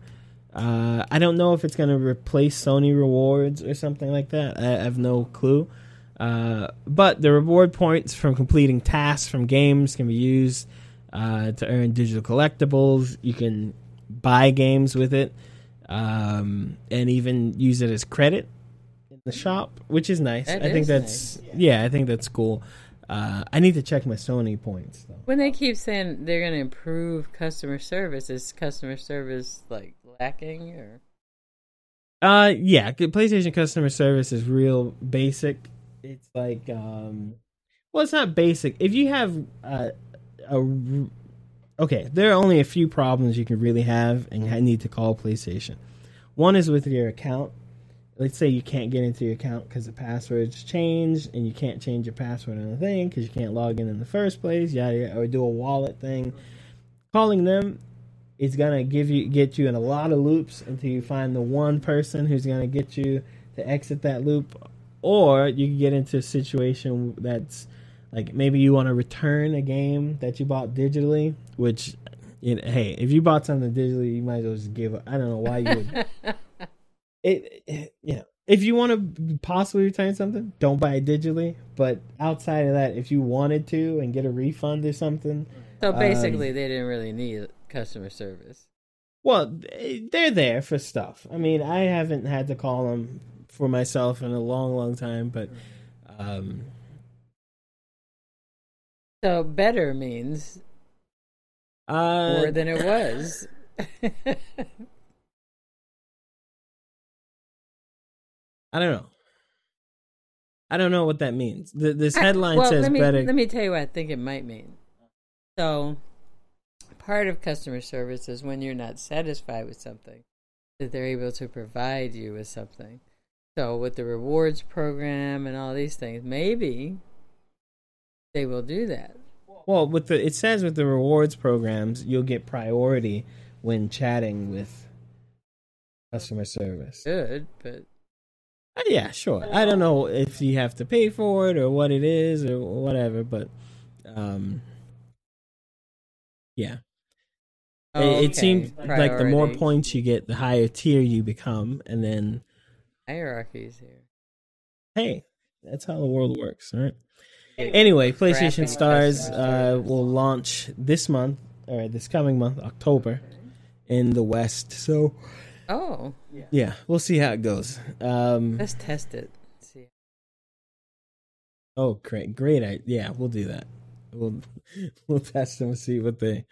[SPEAKER 1] Uh, I don't know if it's going to replace Sony rewards or something like that. I, I have no clue. Uh, but the reward points from completing tasks from games can be used uh, to earn digital collectibles. You can buy games with it um, and even use it as credit in the shop, which is nice.
[SPEAKER 2] That
[SPEAKER 1] I think
[SPEAKER 2] is
[SPEAKER 1] that's yeah, I think that's cool. Uh, I need to check my Sony points though.
[SPEAKER 2] When they keep saying they're going to improve customer service, is customer service like lacking or?
[SPEAKER 1] Uh, yeah, good- PlayStation customer service is real basic. It's like, um, well, it's not basic. If you have uh, a, r- okay, there are only a few problems you can really have and ha- need to call PlayStation. One is with your account. Let's say you can't get into your account because the password's changed, and you can't change your password on the thing because you can't log in in the first place. Yada, yada or do a wallet thing. Calling them it's gonna give you get you in a lot of loops until you find the one person who's gonna get you to exit that loop or you can get into a situation that's like maybe you want to return a game that you bought digitally which you know, hey if you bought something digitally you might as well just give up i don't know why you would it, it you know if you want to possibly return something don't buy it digitally but outside of that if you wanted to and get a refund or something
[SPEAKER 2] So basically, they didn't really need customer service.
[SPEAKER 1] Well, they're there for stuff. I mean, I haven't had to call them for myself in a long, long time, but um,
[SPEAKER 2] So better means
[SPEAKER 1] uh,
[SPEAKER 2] more than it was.
[SPEAKER 1] I don't know. I don't know what that means. Th- this headline
[SPEAKER 2] well,
[SPEAKER 1] says
[SPEAKER 2] let me,
[SPEAKER 1] better.
[SPEAKER 2] Let me tell you what I think it might mean. So, part of customer service is when you're not satisfied with something, that they're able to provide you with something. So, with the rewards program and all these things, maybe they will do that.
[SPEAKER 1] Well, with the it says with the rewards programs, you'll get priority when chatting with customer service.
[SPEAKER 2] Good, but
[SPEAKER 1] Uh, Yeah, sure. I don't know if you have to pay for it or what it is or whatever, but um, yeah. It, it seems like the more
[SPEAKER 2] priority.
[SPEAKER 1] points you get, the higher tier you become, and then
[SPEAKER 2] hierarchies here.
[SPEAKER 1] hey, that's how the world works, right? Anyway, PlayStation Stars uh, will launch this month or this coming month, October, in the West. So
[SPEAKER 2] Oh,
[SPEAKER 1] Yeah, we'll see how it goes. Um,
[SPEAKER 2] let's test it. See.
[SPEAKER 1] oh, great, great! I, yeah, we'll do that. We'll we'll test them and see what they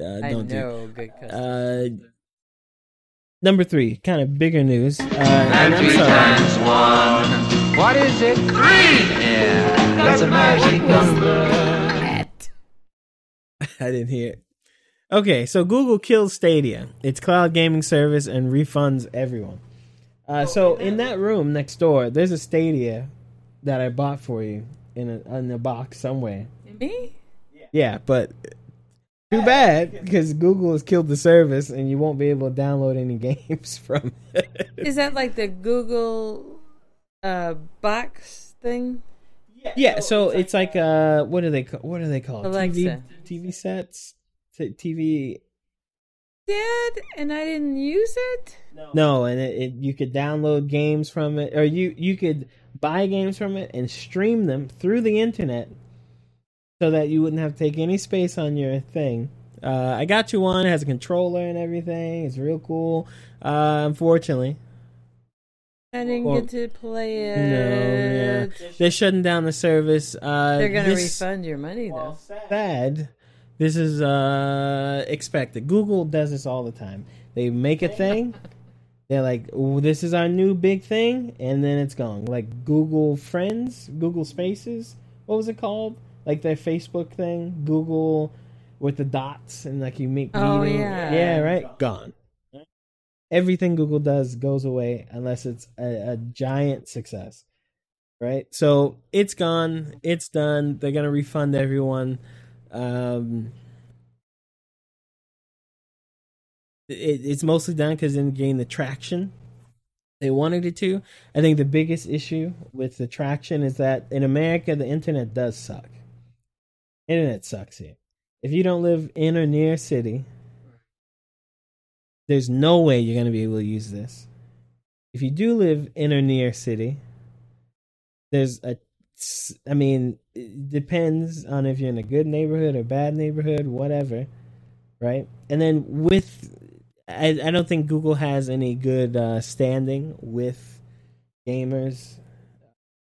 [SPEAKER 1] uh,
[SPEAKER 2] I
[SPEAKER 1] don't do.
[SPEAKER 2] know good customer.
[SPEAKER 1] Uh, number three, kind of bigger news. Uh, and I'm sorry.
[SPEAKER 4] What is it? Green! Yeah, that's a magic number.
[SPEAKER 2] At-
[SPEAKER 1] I didn't hear it. Okay, so Google kills Stadia, its cloud gaming service, and refunds everyone. Uh, so in that room next door, there's a Stadia that I bought for you in a, in a box somewhere.
[SPEAKER 2] Me?
[SPEAKER 1] Yeah, but too bad because Google has killed the service, and you won't be able to download any games from it.
[SPEAKER 2] Is that like the Google uh, box thing?
[SPEAKER 1] Yeah, so it's like uh, what are they ca- what are they called?
[SPEAKER 2] Alexa.
[SPEAKER 1] TV TV sets, T- TV
[SPEAKER 2] Did and I didn't use it.
[SPEAKER 1] No, and it, it, you could download games from it, or you you could buy games from it and stream them through the internet, so that you wouldn't have to take any space on your thing. Uh, I got you one. It has a controller and everything. It's real cool. Uh, unfortunately,
[SPEAKER 2] I didn't
[SPEAKER 1] Well,
[SPEAKER 2] get to play
[SPEAKER 1] no, yeah,
[SPEAKER 2] it.
[SPEAKER 1] they're shutting down the service. Uh,
[SPEAKER 2] They're gonna
[SPEAKER 1] this-
[SPEAKER 2] refund your money though.
[SPEAKER 1] sad. This is uh expected. Google does this all the time. They make a thing, they're like, "Ooh, "This is our new big thing," and then it's gone. Like Google Friends, Google Spaces. What was it called? Like their Facebook thing, Google with the dots and like you make
[SPEAKER 2] Oh,
[SPEAKER 1] meeting.
[SPEAKER 2] yeah.
[SPEAKER 1] yeah, right, gone. Everything Google does goes away unless it's a, a giant success right? So it's gone. It's done. They're gonna refund everyone. Um, it, it's mostly done because it didn't gain the traction they wanted it to. I think the biggest issue with the traction is that in America, the internet does suck. Internet sucks here. If you don't live in or near a city, there's no way you're gonna be able to use this. If you do live in or near a city, there's a i mean it depends on if you're in a good neighborhood or bad neighborhood whatever right and then with i, I don't think google has any good uh, standing with gamers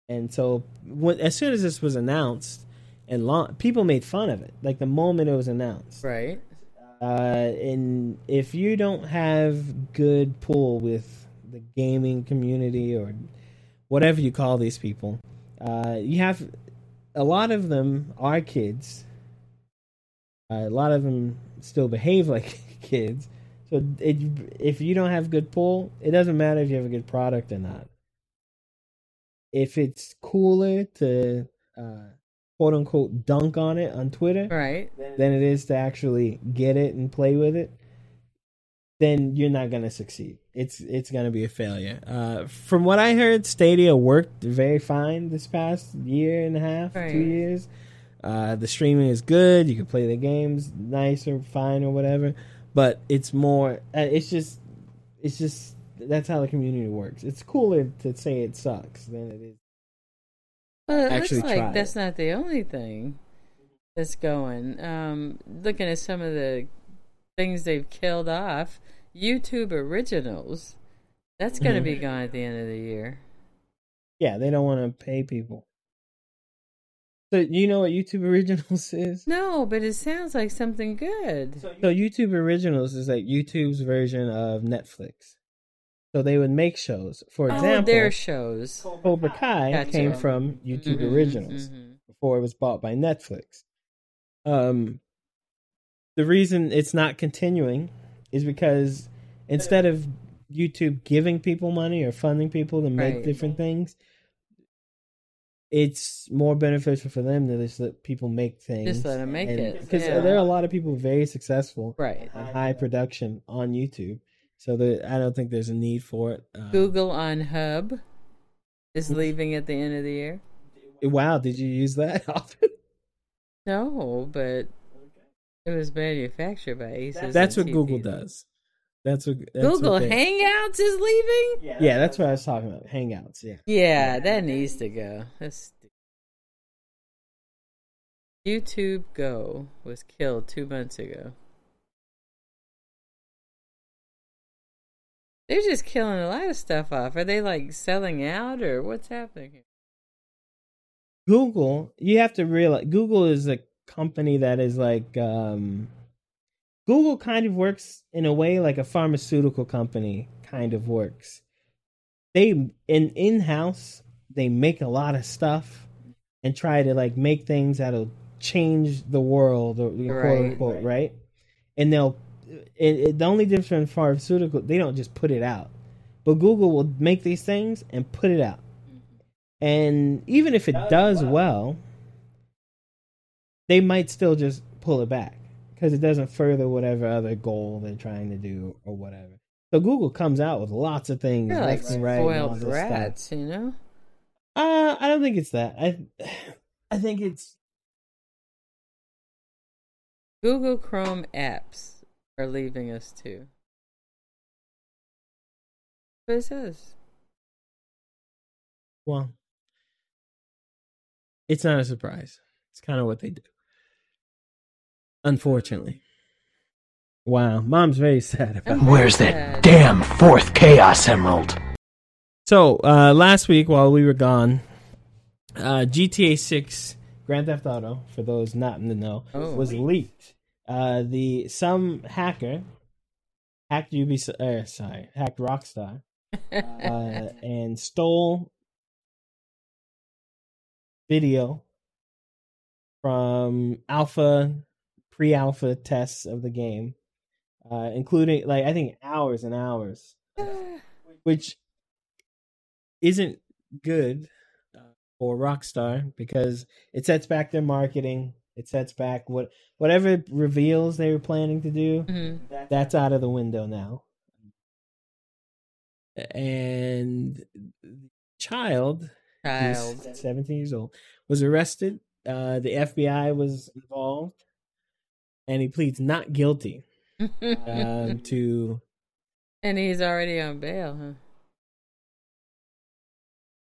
[SPEAKER 1] and so when, as soon as this was announced and laun people made fun of it like the moment it was announced
[SPEAKER 2] Right.
[SPEAKER 1] uh, and if you don't have good pull with the gaming community or whatever you call these people, uh, you have a lot of them are kids. Uh, a lot of them still behave like kids. So it, if you don't have good pull, it doesn't matter if you have a good product or not. If it's cooler to uh, quote unquote dunk on it on Twitter,
[SPEAKER 2] Right.
[SPEAKER 1] than it is to actually get it and play with it, then you're not going to succeed. It's it's going to be a failure. Uh, from what I heard, Stadia worked very fine this past year and a half,
[SPEAKER 2] Right.
[SPEAKER 1] two years. Uh, the streaming is good. You can play the games nice or fine or whatever, but it's more. Uh, it's just it's just that's how the community works. It's cooler to say it sucks than it is.
[SPEAKER 2] Well, it
[SPEAKER 1] actually
[SPEAKER 2] looks like
[SPEAKER 1] try it.
[SPEAKER 2] that's not the only thing that's going. Um, looking at some of the things they've killed off, YouTube originals, that's going to
[SPEAKER 1] Mhm.
[SPEAKER 2] be gone at the end of the year.
[SPEAKER 1] Yeah, they don't want to pay people. So you know what YouTube Originals is?
[SPEAKER 2] No, but it sounds like something good.
[SPEAKER 1] So YouTube Originals is like YouTube's version of Netflix. So they would make shows. For
[SPEAKER 2] oh,
[SPEAKER 1] example,
[SPEAKER 2] their shows.
[SPEAKER 1] Cobra Kai
[SPEAKER 2] Gotcha.
[SPEAKER 1] came from YouTube
[SPEAKER 2] Mhm,
[SPEAKER 1] Originals
[SPEAKER 2] mhm.
[SPEAKER 1] before it was bought by Netflix. Um, the reason it's not continuing is because instead of YouTube giving people money or funding people to make
[SPEAKER 2] Right.
[SPEAKER 1] different things, it's more beneficial for them to just let people make things.
[SPEAKER 2] Just let them make it.
[SPEAKER 1] Because
[SPEAKER 2] yeah.
[SPEAKER 1] there are a lot of people very successful
[SPEAKER 2] right.
[SPEAKER 1] a high production on YouTube. So that I don't think there's a need for it. Uh,
[SPEAKER 2] Google on Hub is
[SPEAKER 1] Hmm.
[SPEAKER 2] leaving at the end of the year.
[SPEAKER 1] wow, did you use that?
[SPEAKER 2] No, but it was manufactured by Asus.
[SPEAKER 1] that's what
[SPEAKER 2] and
[SPEAKER 1] Google
[SPEAKER 2] TP.
[SPEAKER 1] does. That's what that's what
[SPEAKER 2] Google
[SPEAKER 1] they-
[SPEAKER 2] Hangouts is leaving? Yeah.
[SPEAKER 1] Yeah, that's what I was talking about. Hangouts. Yeah.
[SPEAKER 2] that needs to go. That's stu- YouTube Go was killed two months ago. They're just killing a lot of stuff off. Are they like selling out or what's happening here?
[SPEAKER 1] Google, you have to realize Google is a company that is like um Google kind of works in a way like a pharmaceutical company kind of works. They in in-house, they make a lot of stuff and try to like make things that'll change the world or you know, quote
[SPEAKER 2] Right,
[SPEAKER 1] unquote,
[SPEAKER 2] right.
[SPEAKER 1] right? And they'll it, it, the only difference from pharmaceutical, they don't just put it out. But Google will make these things and put it out. And even if it does well, they might still just pull it back because it doesn't further whatever other goal they're trying to do or whatever. So Google comes out with lots of things
[SPEAKER 2] They're like
[SPEAKER 1] left and right. and all
[SPEAKER 2] spoiled
[SPEAKER 1] this stuff.
[SPEAKER 2] brats, you know?
[SPEAKER 1] Uh, I don't think it's that. I, I think it's
[SPEAKER 2] Google Chrome apps are leaving us too. What it says.
[SPEAKER 1] well, it's not a surprise. It's kind of what they do. Unfortunately. Wow, mom's very sad about.
[SPEAKER 2] I'm
[SPEAKER 4] Where's
[SPEAKER 2] very
[SPEAKER 4] that
[SPEAKER 2] sad.
[SPEAKER 4] damn fourth Chaos Emerald?
[SPEAKER 1] So uh, last week, while we were gone, uh, GTA Six, Grand Theft Auto, for those not in the know,
[SPEAKER 2] Oh.
[SPEAKER 1] was leaked. Uh, the some hacker hacked Ubisoft, er, sorry, hacked Rockstar, uh, and stole video from alpha, pre-alpha tests of the game, uh, including like I think hours and hours which isn't good uh, for Rockstar because it sets back their marketing. It sets back what whatever reveals they were planning to do.
[SPEAKER 2] Mhm.
[SPEAKER 1] That's out of the window now. And the child, who's
[SPEAKER 2] Child.
[SPEAKER 1] 17 years old, was arrested. Uh, the FBI was involved, and he pleads not guilty um, to
[SPEAKER 2] and he's already on bail, huh?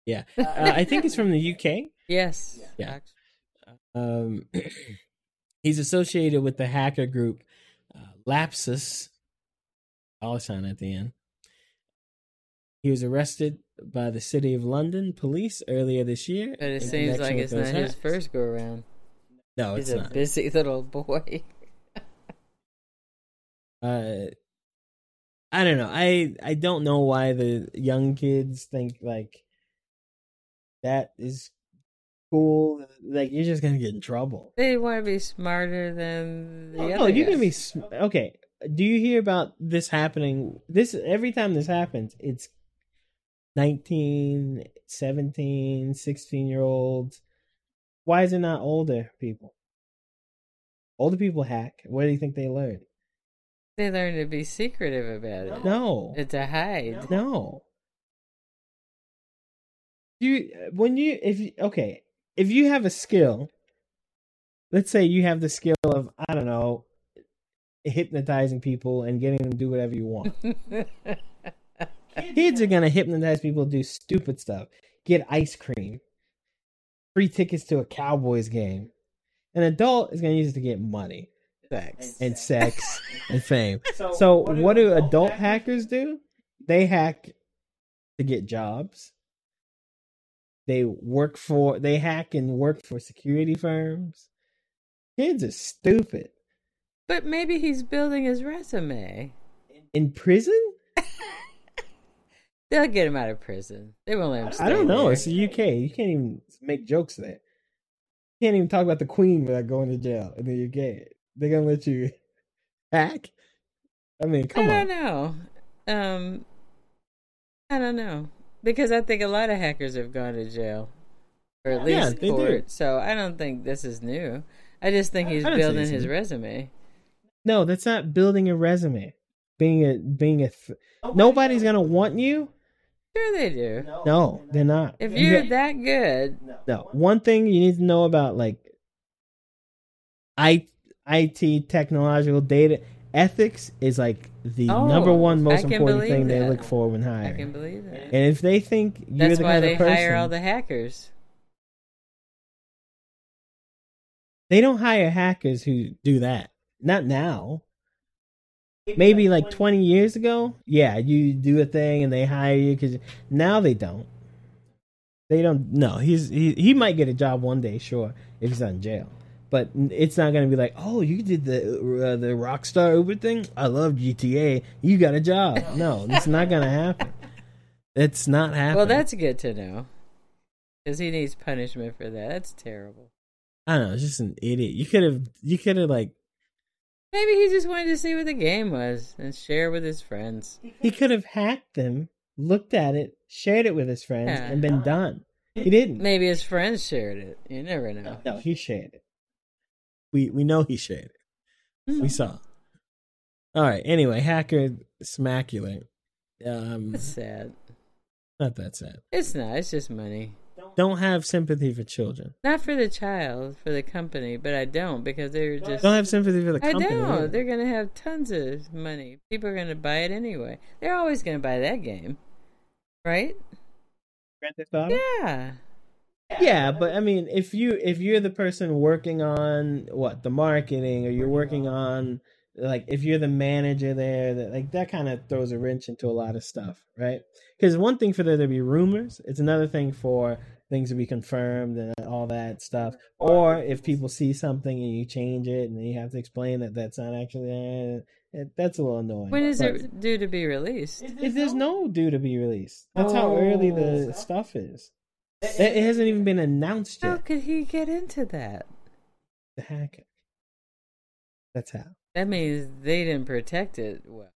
[SPEAKER 1] yeah. Uh, I think it's from the UK.
[SPEAKER 2] Yes.
[SPEAKER 1] Yeah.
[SPEAKER 2] Act-
[SPEAKER 1] Um, he's associated with the hacker group uh, Lapsus, all sign at the end. He was arrested by the City of London police earlier this year.
[SPEAKER 2] But it
[SPEAKER 1] in
[SPEAKER 2] seems
[SPEAKER 1] connection
[SPEAKER 2] like
[SPEAKER 1] with
[SPEAKER 2] it's not
[SPEAKER 1] those
[SPEAKER 2] his
[SPEAKER 1] hacks.
[SPEAKER 2] first go around.
[SPEAKER 1] No, it's
[SPEAKER 2] He's a
[SPEAKER 1] not.
[SPEAKER 2] busy little boy.
[SPEAKER 1] Uh, I don't know. I I don't know why the young kids think like that is cool. Like you're just gonna get in trouble.
[SPEAKER 2] They want to be smarter than the
[SPEAKER 1] Oh,
[SPEAKER 2] other.
[SPEAKER 1] no, you can
[SPEAKER 2] guys.
[SPEAKER 1] be sm- okay. Do you hear about this happening? This every time this happens, it's 19, 17, 16 year olds. Why is it not older people? Older people hack. What do you think they learn?
[SPEAKER 2] They learn to be secretive about it.
[SPEAKER 1] No,
[SPEAKER 2] And To hide.
[SPEAKER 1] no. You uh, when you if you- okay if you have a skill, let's say you have the skill of I don't know, hypnotizing people and getting them to do whatever you want. Kids are gonna hypnotize people to do stupid stuff. Get ice cream, free tickets to a Cowboys game. An adult is gonna use it to get money
[SPEAKER 2] Sex.
[SPEAKER 1] and sex and fame. So, what, do adult hackers do? They hack to get jobs. They work for they hack and work for security firms. Kids are stupid.
[SPEAKER 2] But maybe he's building his resume.
[SPEAKER 1] In prison?
[SPEAKER 2] They'll get him out of prison. They won't let him stay
[SPEAKER 1] I don't know.
[SPEAKER 2] there.
[SPEAKER 1] It's the UK. You can't even make jokes there. You can't even talk about the Queen without going to jail in the UK. They're gonna let you hack. I mean, come
[SPEAKER 2] I
[SPEAKER 1] on.
[SPEAKER 2] don't know. Um, I don't know because I think a lot of hackers have gone to jail or at
[SPEAKER 1] Yeah,
[SPEAKER 2] least
[SPEAKER 1] they do.
[SPEAKER 2] court. So I don't think this is new. I just think he's
[SPEAKER 1] I don't
[SPEAKER 2] building
[SPEAKER 1] think
[SPEAKER 2] his
[SPEAKER 1] so.
[SPEAKER 2] resume.
[SPEAKER 1] No, that's not building a resume. Being a being a th- nobody's gonna want you.
[SPEAKER 2] Sure, they do.
[SPEAKER 1] No, they're not.
[SPEAKER 2] If
[SPEAKER 1] You
[SPEAKER 2] you're
[SPEAKER 1] got-
[SPEAKER 2] that good,
[SPEAKER 1] no, one thing you need to know about like I IT technological data ethics is like the
[SPEAKER 2] Oh,
[SPEAKER 1] number one
[SPEAKER 2] I
[SPEAKER 1] most
[SPEAKER 2] can
[SPEAKER 1] important
[SPEAKER 2] believe
[SPEAKER 1] thing they
[SPEAKER 2] that.
[SPEAKER 1] look for when
[SPEAKER 2] I
[SPEAKER 1] hiring.
[SPEAKER 2] can believe that.
[SPEAKER 1] And if they think you're
[SPEAKER 2] That's
[SPEAKER 1] the
[SPEAKER 2] why
[SPEAKER 1] kind
[SPEAKER 2] they
[SPEAKER 1] of person,
[SPEAKER 2] hire all the hackers.
[SPEAKER 1] they don't hire hackers who do that. Not now. maybe like 20 years ago, yeah, you do a thing and they hire you because now they don't. They don't. No, he's he, he might get a job one day, sure, if he's not in jail. But it's not going to be like, oh, you did the uh, the Rockstar Uber thing. I love GTA. You got a job. No, it's not going to happen. It's not happening.
[SPEAKER 2] Well, that's good to know. Because he needs punishment for that. That's terrible.
[SPEAKER 1] I don't know. It's just an idiot. You could have you could have like
[SPEAKER 2] Maybe he just wanted to see what the game was and share with his friends.
[SPEAKER 1] He could have hacked them, looked at it, shared it with his friends,
[SPEAKER 2] Yeah.
[SPEAKER 1] and been done. He didn't.
[SPEAKER 2] Maybe his friends shared it. You never know.
[SPEAKER 1] No, he shared it. We we know he shared
[SPEAKER 2] Hmm.
[SPEAKER 1] it. We saw. All right. Anyway, hacker smaculate. Um,
[SPEAKER 2] It's sad.
[SPEAKER 1] not that sad.
[SPEAKER 2] It's not. It's just money.
[SPEAKER 1] Don't have sympathy for children.
[SPEAKER 2] Not for the child, for the company, but I don't because they're just.
[SPEAKER 1] Don't have sympathy for the
[SPEAKER 2] I
[SPEAKER 1] company.
[SPEAKER 2] know.
[SPEAKER 1] either.
[SPEAKER 2] They're going to have tons of money. People are going to buy it anyway. They're always going to buy that game. Right?
[SPEAKER 1] Grand Theft Auto?
[SPEAKER 2] Yeah.
[SPEAKER 1] yeah but i mean if you if you're the person working on what the marketing or you're working on like if you're the manager there that like that kind of throws a wrench into a lot of stuff right because one thing for there to be rumors it's another thing for things to be confirmed and all that stuff or if people see something and you change it and then you have to explain that that's not actually there it- that's a little annoying
[SPEAKER 2] When is
[SPEAKER 1] But
[SPEAKER 2] it due to be released?
[SPEAKER 1] if there's no due to be released that's how early the stuff is it it hasn't even been announced
[SPEAKER 2] How
[SPEAKER 1] yet
[SPEAKER 2] could he get into that?
[SPEAKER 1] the hacker. That's how.
[SPEAKER 2] That means they didn't protect it well.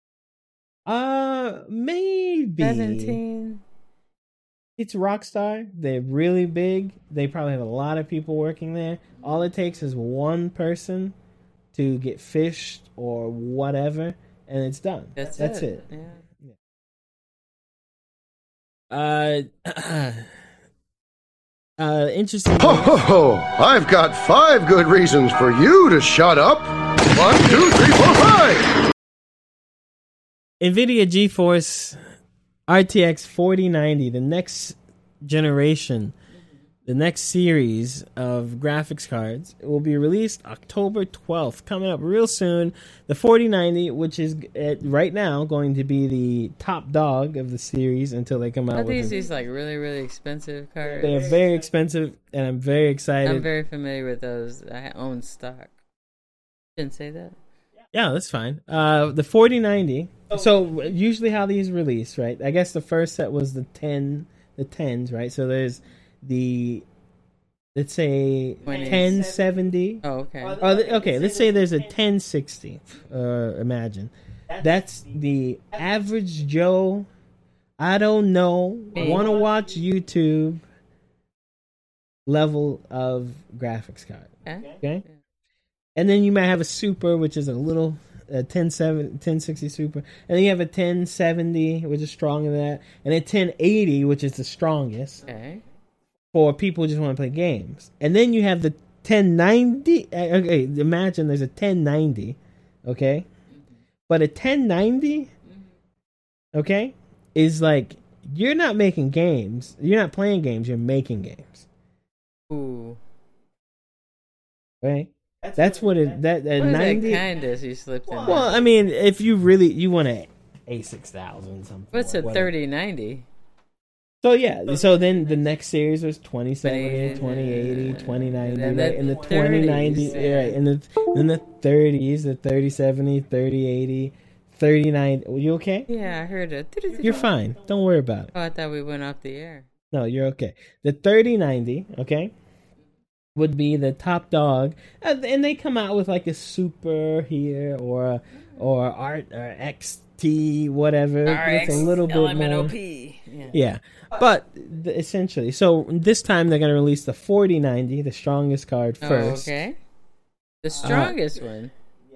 [SPEAKER 1] Uh, maybe
[SPEAKER 2] 17.
[SPEAKER 1] it's Rockstar. They're really big. They probably have a lot of people working there. All it takes is one person to get fished or whatever, and it's done.
[SPEAKER 2] That's,
[SPEAKER 1] it.
[SPEAKER 2] it. Yeah.
[SPEAKER 1] Uh, uh, interesting.
[SPEAKER 5] Ho, ho, ho! I've got five good reasons for you to shut up. One, two, three, four, five!
[SPEAKER 1] NVIDIA GeForce RTX 4090, the next generation, the next series of graphics cards, will be released October 12th, coming up real soon. The 4090, which is uh right now going to be the top dog of the series until they come out
[SPEAKER 2] Are
[SPEAKER 1] with
[SPEAKER 2] these
[SPEAKER 1] a-
[SPEAKER 2] these like really really expensive cards?
[SPEAKER 1] They are very expensive, and I'm very excited.
[SPEAKER 2] I'm very familiar with those. I own stock. Didn't say that.
[SPEAKER 1] Yeah, that's fine. Uh, the forty ninety. So usually how these release, right? I guess the first set was the ten, the tens, right? So there's the, let's say
[SPEAKER 2] Twenties.
[SPEAKER 1] ten seventy.
[SPEAKER 2] Oh, okay.
[SPEAKER 1] Oh, th- okay, let's say there's a 1060. Uh, imagine. That's the average Joe. I don't know.
[SPEAKER 2] Me.
[SPEAKER 1] Want to watch YouTube level of graphics card.
[SPEAKER 2] Okay.
[SPEAKER 1] Okay. And then you might have a super, which is a little a 10, 1060 super. And then you have a 1070, which is stronger than that. And a 1080, which is the strongest
[SPEAKER 2] Okay.
[SPEAKER 1] for people who just want to play games. And then you have the 1090. uh, Okay, imagine there's a 1090, okay? But a 1090, okay, is like you're not making games. You're not playing games, you're making games,
[SPEAKER 2] Ooh.
[SPEAKER 1] right? That's, what it that, that
[SPEAKER 2] What is
[SPEAKER 1] 90
[SPEAKER 2] that kind of you slipped in?
[SPEAKER 1] Well,
[SPEAKER 2] there?
[SPEAKER 1] I mean, if you really you want a A6000 something.
[SPEAKER 2] What's
[SPEAKER 1] or
[SPEAKER 2] a
[SPEAKER 1] whatever.
[SPEAKER 2] 3090?
[SPEAKER 1] So yeah, so then the next series was 2070,
[SPEAKER 2] Yeah.
[SPEAKER 1] 2080, 2090,
[SPEAKER 2] And
[SPEAKER 1] and,
[SPEAKER 2] then
[SPEAKER 1] right? and the
[SPEAKER 2] the
[SPEAKER 1] 2090,
[SPEAKER 2] 30s,
[SPEAKER 1] yeah.
[SPEAKER 2] yeah.
[SPEAKER 1] right? And the then the 30s, the 3070, 3080, 39. Are you okay?
[SPEAKER 2] Yeah, I heard it.
[SPEAKER 1] You're fine. Don't worry about it.
[SPEAKER 2] Oh, I thought we went off the air.
[SPEAKER 1] No, you're okay. The 3090, okay, would be the top dog, Uh, and they come out with like a super here or a, or art or XT whatever. It's a little bit more.
[SPEAKER 2] Yeah.
[SPEAKER 1] Yeah, but th- essentially, so this time they're going to release the 4090, the strongest card
[SPEAKER 2] Oh,
[SPEAKER 1] first. Uh,
[SPEAKER 2] okay. The strongest one.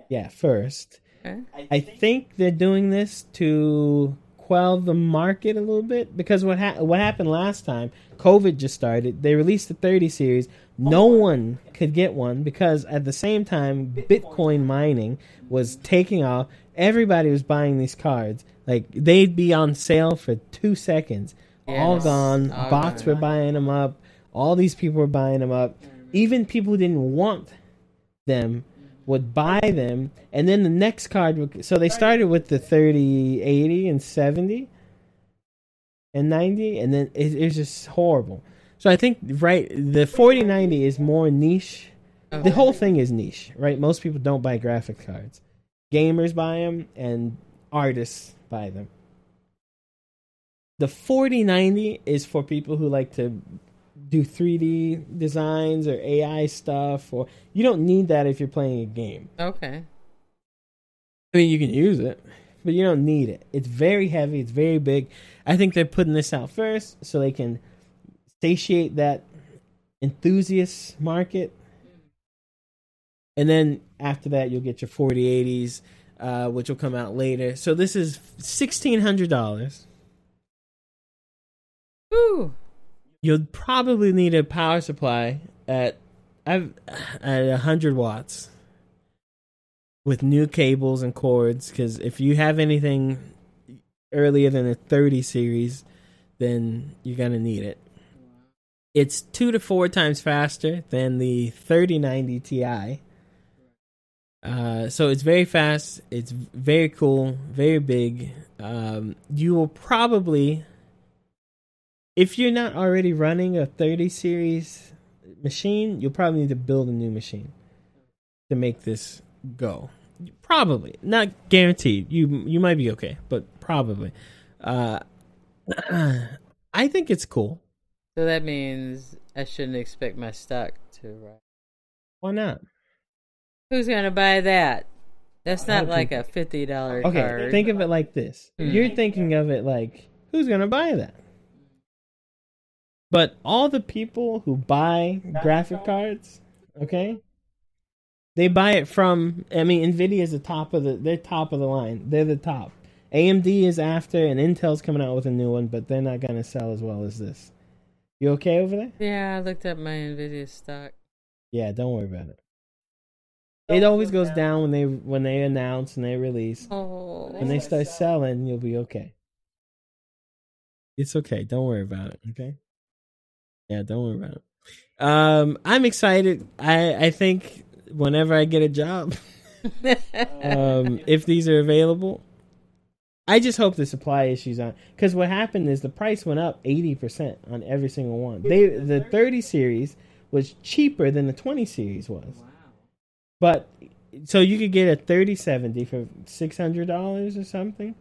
[SPEAKER 1] Yeah, first.
[SPEAKER 2] Okay.
[SPEAKER 1] I think they're doing this to quell the market a little bit because what ha- what happened last time, COVID just started. They released the 30 series. No one could get one because at the same time, Bitcoin mining was taking off. Everybody was buying these cards. Like they'd be on sale for two seconds. all
[SPEAKER 2] Yes.
[SPEAKER 1] gone.
[SPEAKER 2] All
[SPEAKER 1] Bots
[SPEAKER 2] gone.
[SPEAKER 1] were buying them up. All these people were buying them up. Even people who didn't want them would buy them, and then the next card would. So they started with the 30, 80, and 70 and 90, and then it, it's just horrible. So I think, right, the 40 90 is more niche. The whole thing is niche, right? Most people don't buy graphic cards. Gamers buy them, and artists buy them. The 4090 is for people who like to do 3D designs or AI stuff or you don't need that if you're playing a game.
[SPEAKER 2] Okay.
[SPEAKER 1] I mean, you can use it, but you don't need it. It's very heavy, it's very big. I think they're putting this out first so they can satiate that enthusiast market. And then after that, you'll get your 4080s, uh, which will come out later. So this is $1,600.
[SPEAKER 2] Woo.
[SPEAKER 1] You'll probably need a power supply at I've at 100 watts with new cables and cords cuz if you have anything earlier than the 30 series then you're going to need it. It's 2 to 4 times faster than the 3090 Ti. Uh, so it's very fast. It's very cool, very big. Um, you will probably if you're not already running a 30 series machine, you'll probably need to build a new machine to make this go. Probably not guaranteed. You you might be okay, but probably. Uh, I think it's cool.
[SPEAKER 2] So that means I shouldn't expect my stock to rise.
[SPEAKER 1] Why not?
[SPEAKER 2] Who's gonna buy that? That's not like a fifty dollar
[SPEAKER 1] Okay,
[SPEAKER 2] card.
[SPEAKER 1] think of it like this. You're thinking of it like, who's gonna buy that? But all the people who buy graphic cards, okay, they buy it from. I mean, Nvidia is the top of the. They're top of the line. They're the top. AMD is after, and Intel's coming out with a new one, but they're not gonna sell as well as this. You okay over there?
[SPEAKER 2] yeah, I looked up my Nvidia stock.
[SPEAKER 1] Yeah, don't worry about it. It always goes down when they when they announce and they release.
[SPEAKER 2] Oh,
[SPEAKER 1] when they start selling, you'll be okay. It's okay. Don't worry about it. Okay. Yeah, don't worry about it. Um, I'm excited. I I think whenever I get a job, um, if these are available, I just hope the supply issues on because what happened is the price went up eighty percent on every single one. They the thirty series was cheaper than the twenty series was. But so you could get a thirty seventy for six hundred dollars or something,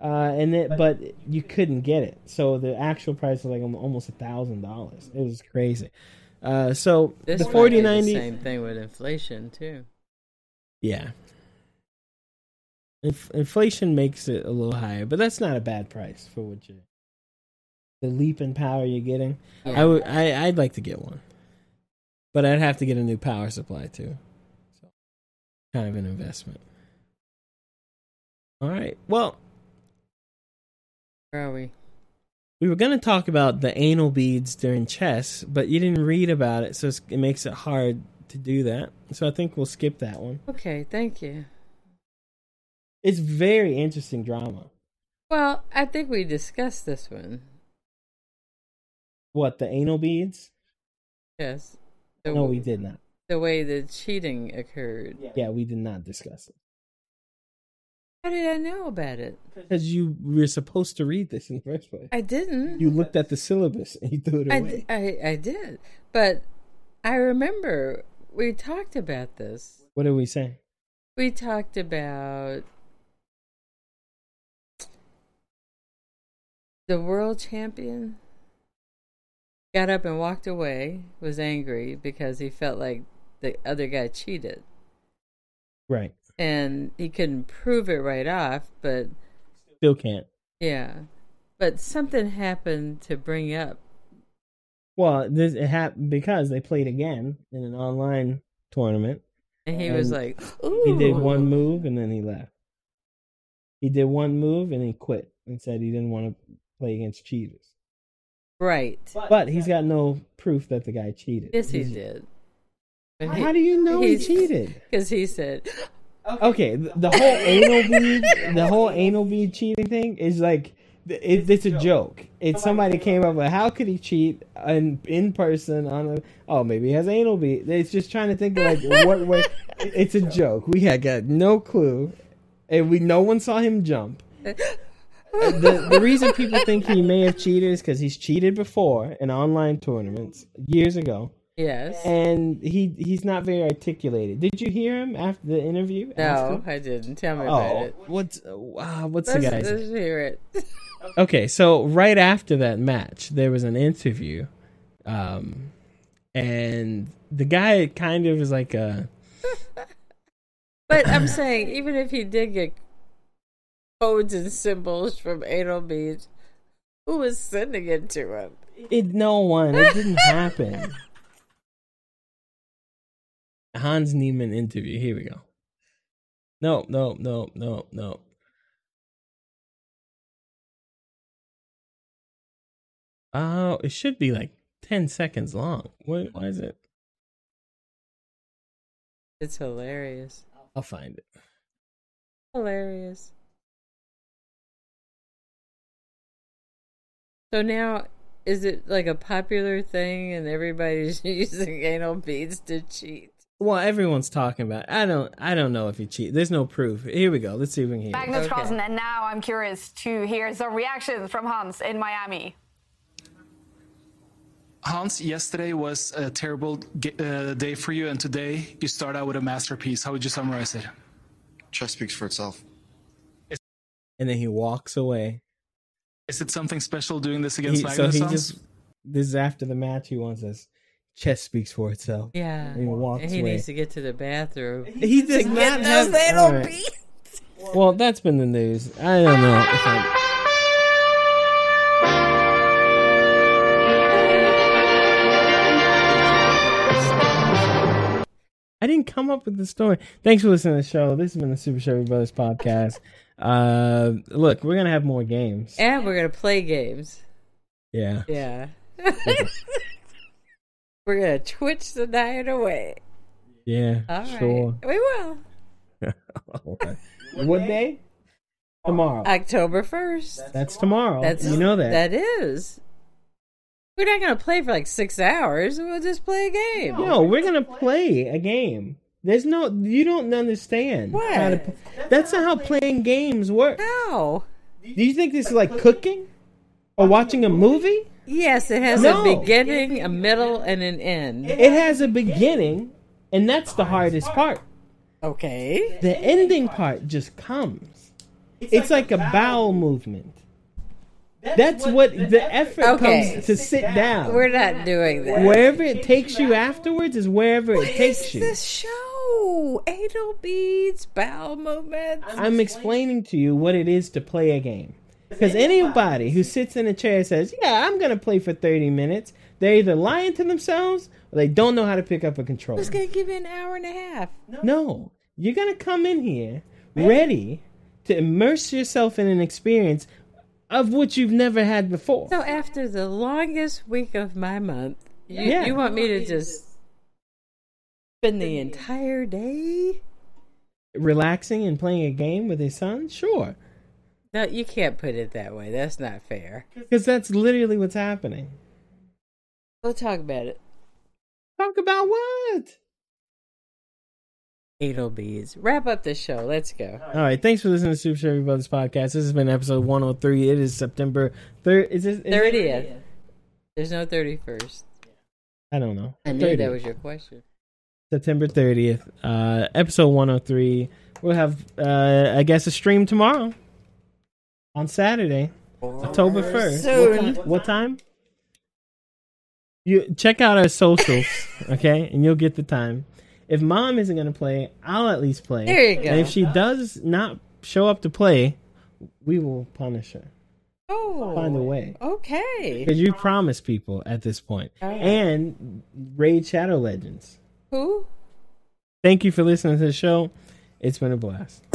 [SPEAKER 1] uh, and it, but you couldn't get it. So the actual price was like almo- almost a thousand dollars. It was crazy. Uh, so
[SPEAKER 2] this
[SPEAKER 1] the
[SPEAKER 2] might be
[SPEAKER 1] forty
[SPEAKER 2] the
[SPEAKER 1] ninety,
[SPEAKER 2] same thing with inflation too.
[SPEAKER 1] yeah. Inf- inflation makes it a little higher, but that's not a bad price for what you. The leap in power you're getting, I would, I, I'd like to get one, but I'd have to get a new power supply too. So, kind of an investment. All right. Well,
[SPEAKER 2] Where are we?
[SPEAKER 1] we were going to talk about the anal beads during chess, but you didn't read about it, so it's- it makes it hard to do that. So I think we'll skip that one.
[SPEAKER 2] Okay, thank you.
[SPEAKER 1] It's very interesting drama.
[SPEAKER 2] Well, I think we discussed this one.
[SPEAKER 1] What the anal beads?
[SPEAKER 2] Yes. The,
[SPEAKER 1] No, we did not.
[SPEAKER 2] The way the cheating occurred.
[SPEAKER 1] Yeah, we did not discuss it
[SPEAKER 2] How did I know about it?
[SPEAKER 1] because you were supposed to read this in the first place.
[SPEAKER 2] I didn't.
[SPEAKER 1] You looked at the syllabus and you threw it
[SPEAKER 2] I,
[SPEAKER 1] away.
[SPEAKER 2] d- I, I did. But I remember we talked about this.
[SPEAKER 1] What did we say?
[SPEAKER 2] We talked about the world champion got up and walked away, was angry because he felt like the other guy cheated.
[SPEAKER 1] Right.
[SPEAKER 2] And he couldn't prove it right off, but
[SPEAKER 1] Still can't.
[SPEAKER 2] yeah. But something happened to bring up.
[SPEAKER 1] Well, this it happened because they played again in an online tournament.
[SPEAKER 2] And he was
[SPEAKER 1] And
[SPEAKER 2] like, Ooh.
[SPEAKER 1] He did one move and then he left. He did one move and he quit and said he didn't want to play against cheaters.
[SPEAKER 2] Right.
[SPEAKER 1] But he's got no proof that the guy cheated.
[SPEAKER 2] Yes, he did.
[SPEAKER 1] How do you know he cheated?
[SPEAKER 2] Because he said,
[SPEAKER 1] Okay, th- the whole anal bead, the whole anal bead cheating thing is like Th- It, it's a joke. It's somebody came up with how could he cheat in, in person on a oh maybe he has anal beat. It's just trying to think of like what way. It's a joke. We had got no clue, and we no one saw him jump. the, the reason people think he may have cheated is because he's cheated before in online tournaments years ago,
[SPEAKER 2] Yes.
[SPEAKER 1] and he he's not very articulated. Did you hear him after the interview?
[SPEAKER 2] No, I didn't. Tell me about
[SPEAKER 1] Oh,
[SPEAKER 2] it.
[SPEAKER 1] what's uh, what's the
[SPEAKER 2] Let's,
[SPEAKER 1] guy's
[SPEAKER 2] let's hear it.
[SPEAKER 1] Okay, so right after that match, there was an interview, um, and the guy kind of is like a
[SPEAKER 2] But I'm saying, even if he did get codes and symbols from anal beads, who was sending it to him?
[SPEAKER 1] it. No one, it didn't happen. Hans Niemann interview. Here we go. No, no, no, no, no. Oh, it should be like ten seconds long. What? Why is it?
[SPEAKER 2] It's hilarious.
[SPEAKER 1] I'll find it.
[SPEAKER 2] Hilarious. So now, is it like a popular thing and everybody's using anal beads to cheat?
[SPEAKER 1] Well, everyone's talking about. It. I don't. I don't know if he cheated. There's no proof. Here we go. Let's see if we can hear. it.
[SPEAKER 6] Magnus
[SPEAKER 2] Okay.
[SPEAKER 6] Carlsen, and now I'm curious to hear some reactions from Hans in Miami.
[SPEAKER 7] Hans, yesterday was a terrible ge- uh, day for you, and today you start out with a masterpiece. How would you summarize it?
[SPEAKER 8] Chess speaks for itself.
[SPEAKER 1] And then he walks away.
[SPEAKER 7] Is it something special doing this
[SPEAKER 1] He,
[SPEAKER 7] against
[SPEAKER 1] so
[SPEAKER 7] Magnus?
[SPEAKER 1] he
[SPEAKER 7] Hans?
[SPEAKER 1] just. This is after the match. He wants us. Chess speaks for itself.
[SPEAKER 2] Yeah.
[SPEAKER 1] He walks
[SPEAKER 2] And he
[SPEAKER 1] away.
[SPEAKER 2] needs to get to the bathroom.
[SPEAKER 1] He does not have. all right. Well, that's been the news. I don't know. If I'm, I didn't come up with the story. Thanks for listening to the show. This has been the Super Chevy Brothers podcast. Uh, look, we're gonna have more games.
[SPEAKER 2] And we're going to play games.
[SPEAKER 1] Yeah.
[SPEAKER 2] Yeah. We're gonna twitch the night away.
[SPEAKER 1] Yeah.
[SPEAKER 2] All right,
[SPEAKER 1] sure.
[SPEAKER 2] we will.
[SPEAKER 1] All right. What day? Tomorrow.
[SPEAKER 2] October first.
[SPEAKER 1] That's tomorrow.
[SPEAKER 2] Uh, That's
[SPEAKER 1] you know that.
[SPEAKER 2] That is. We're not gonna play for like six hours. We'll just play a game.
[SPEAKER 1] No, we're gonna play a game. There's no, you don't understand.
[SPEAKER 2] What?
[SPEAKER 1] how to p- that's not how playing games work.
[SPEAKER 2] How?
[SPEAKER 1] Do you think this is like cooking or watching a movie?
[SPEAKER 2] Yes, it has
[SPEAKER 1] No.
[SPEAKER 2] a beginning, a middle, and an end.
[SPEAKER 1] It has a beginning, and that's the hardest part.
[SPEAKER 2] Okay.
[SPEAKER 1] The ending part just comes. It's like a bowel movement. That's what the effort
[SPEAKER 2] Okay.
[SPEAKER 1] comes to sit down.
[SPEAKER 2] We're not doing that.
[SPEAKER 1] Wherever it takes you afterwards is wherever it takes
[SPEAKER 2] It's
[SPEAKER 1] you.
[SPEAKER 2] this show. Anal beads, bowel movements.
[SPEAKER 1] I'm explaining to you what it is to play a game. Because anybody who sits in a chair and says, Yeah, I'm going to play for 30 minutes, they're either lying to themselves or they don't know how to pick up a controller.
[SPEAKER 2] It's gonna give you an hour and a half.
[SPEAKER 1] No, you're going to come in here ready to immerse yourself in an experience of which you've never had before.
[SPEAKER 2] So after the longest week of my month, you,
[SPEAKER 1] Yeah.
[SPEAKER 2] you want me to just spend the entire day?
[SPEAKER 1] Relaxing and playing a game with his son? Sure.
[SPEAKER 2] No, you can't put it that way. That's not fair.
[SPEAKER 1] Because that's literally what's happening.
[SPEAKER 2] We'll talk about it.
[SPEAKER 1] Talk about what?
[SPEAKER 2] Anal beads. oh Wrap up the show. Let's go.
[SPEAKER 1] All right, thanks for listening to Super Chevy Brothers podcast. This has been episode 103. It is September 3rd. Is this is it-
[SPEAKER 2] Thirtieth. There's no thirty first.
[SPEAKER 1] I don't know.
[SPEAKER 2] I knew
[SPEAKER 1] 30th.
[SPEAKER 2] that was your question.
[SPEAKER 1] September 30th. Uh episode 103. We'll have uh I guess a stream tomorrow on Saturday, October 1st.
[SPEAKER 2] Soon.
[SPEAKER 1] What time? You check out our socials, okay? And you'll get the time. If mom isn't going to play, I'll at least play.
[SPEAKER 2] There you go.
[SPEAKER 1] And if she does not show up to play, we will punish her.
[SPEAKER 2] Oh,
[SPEAKER 1] Find a way.
[SPEAKER 2] Okay.
[SPEAKER 1] Because you promise people at this point. And Raid Shadow Legends.
[SPEAKER 2] Who?
[SPEAKER 1] Thank you for listening to the show. It's been a blast.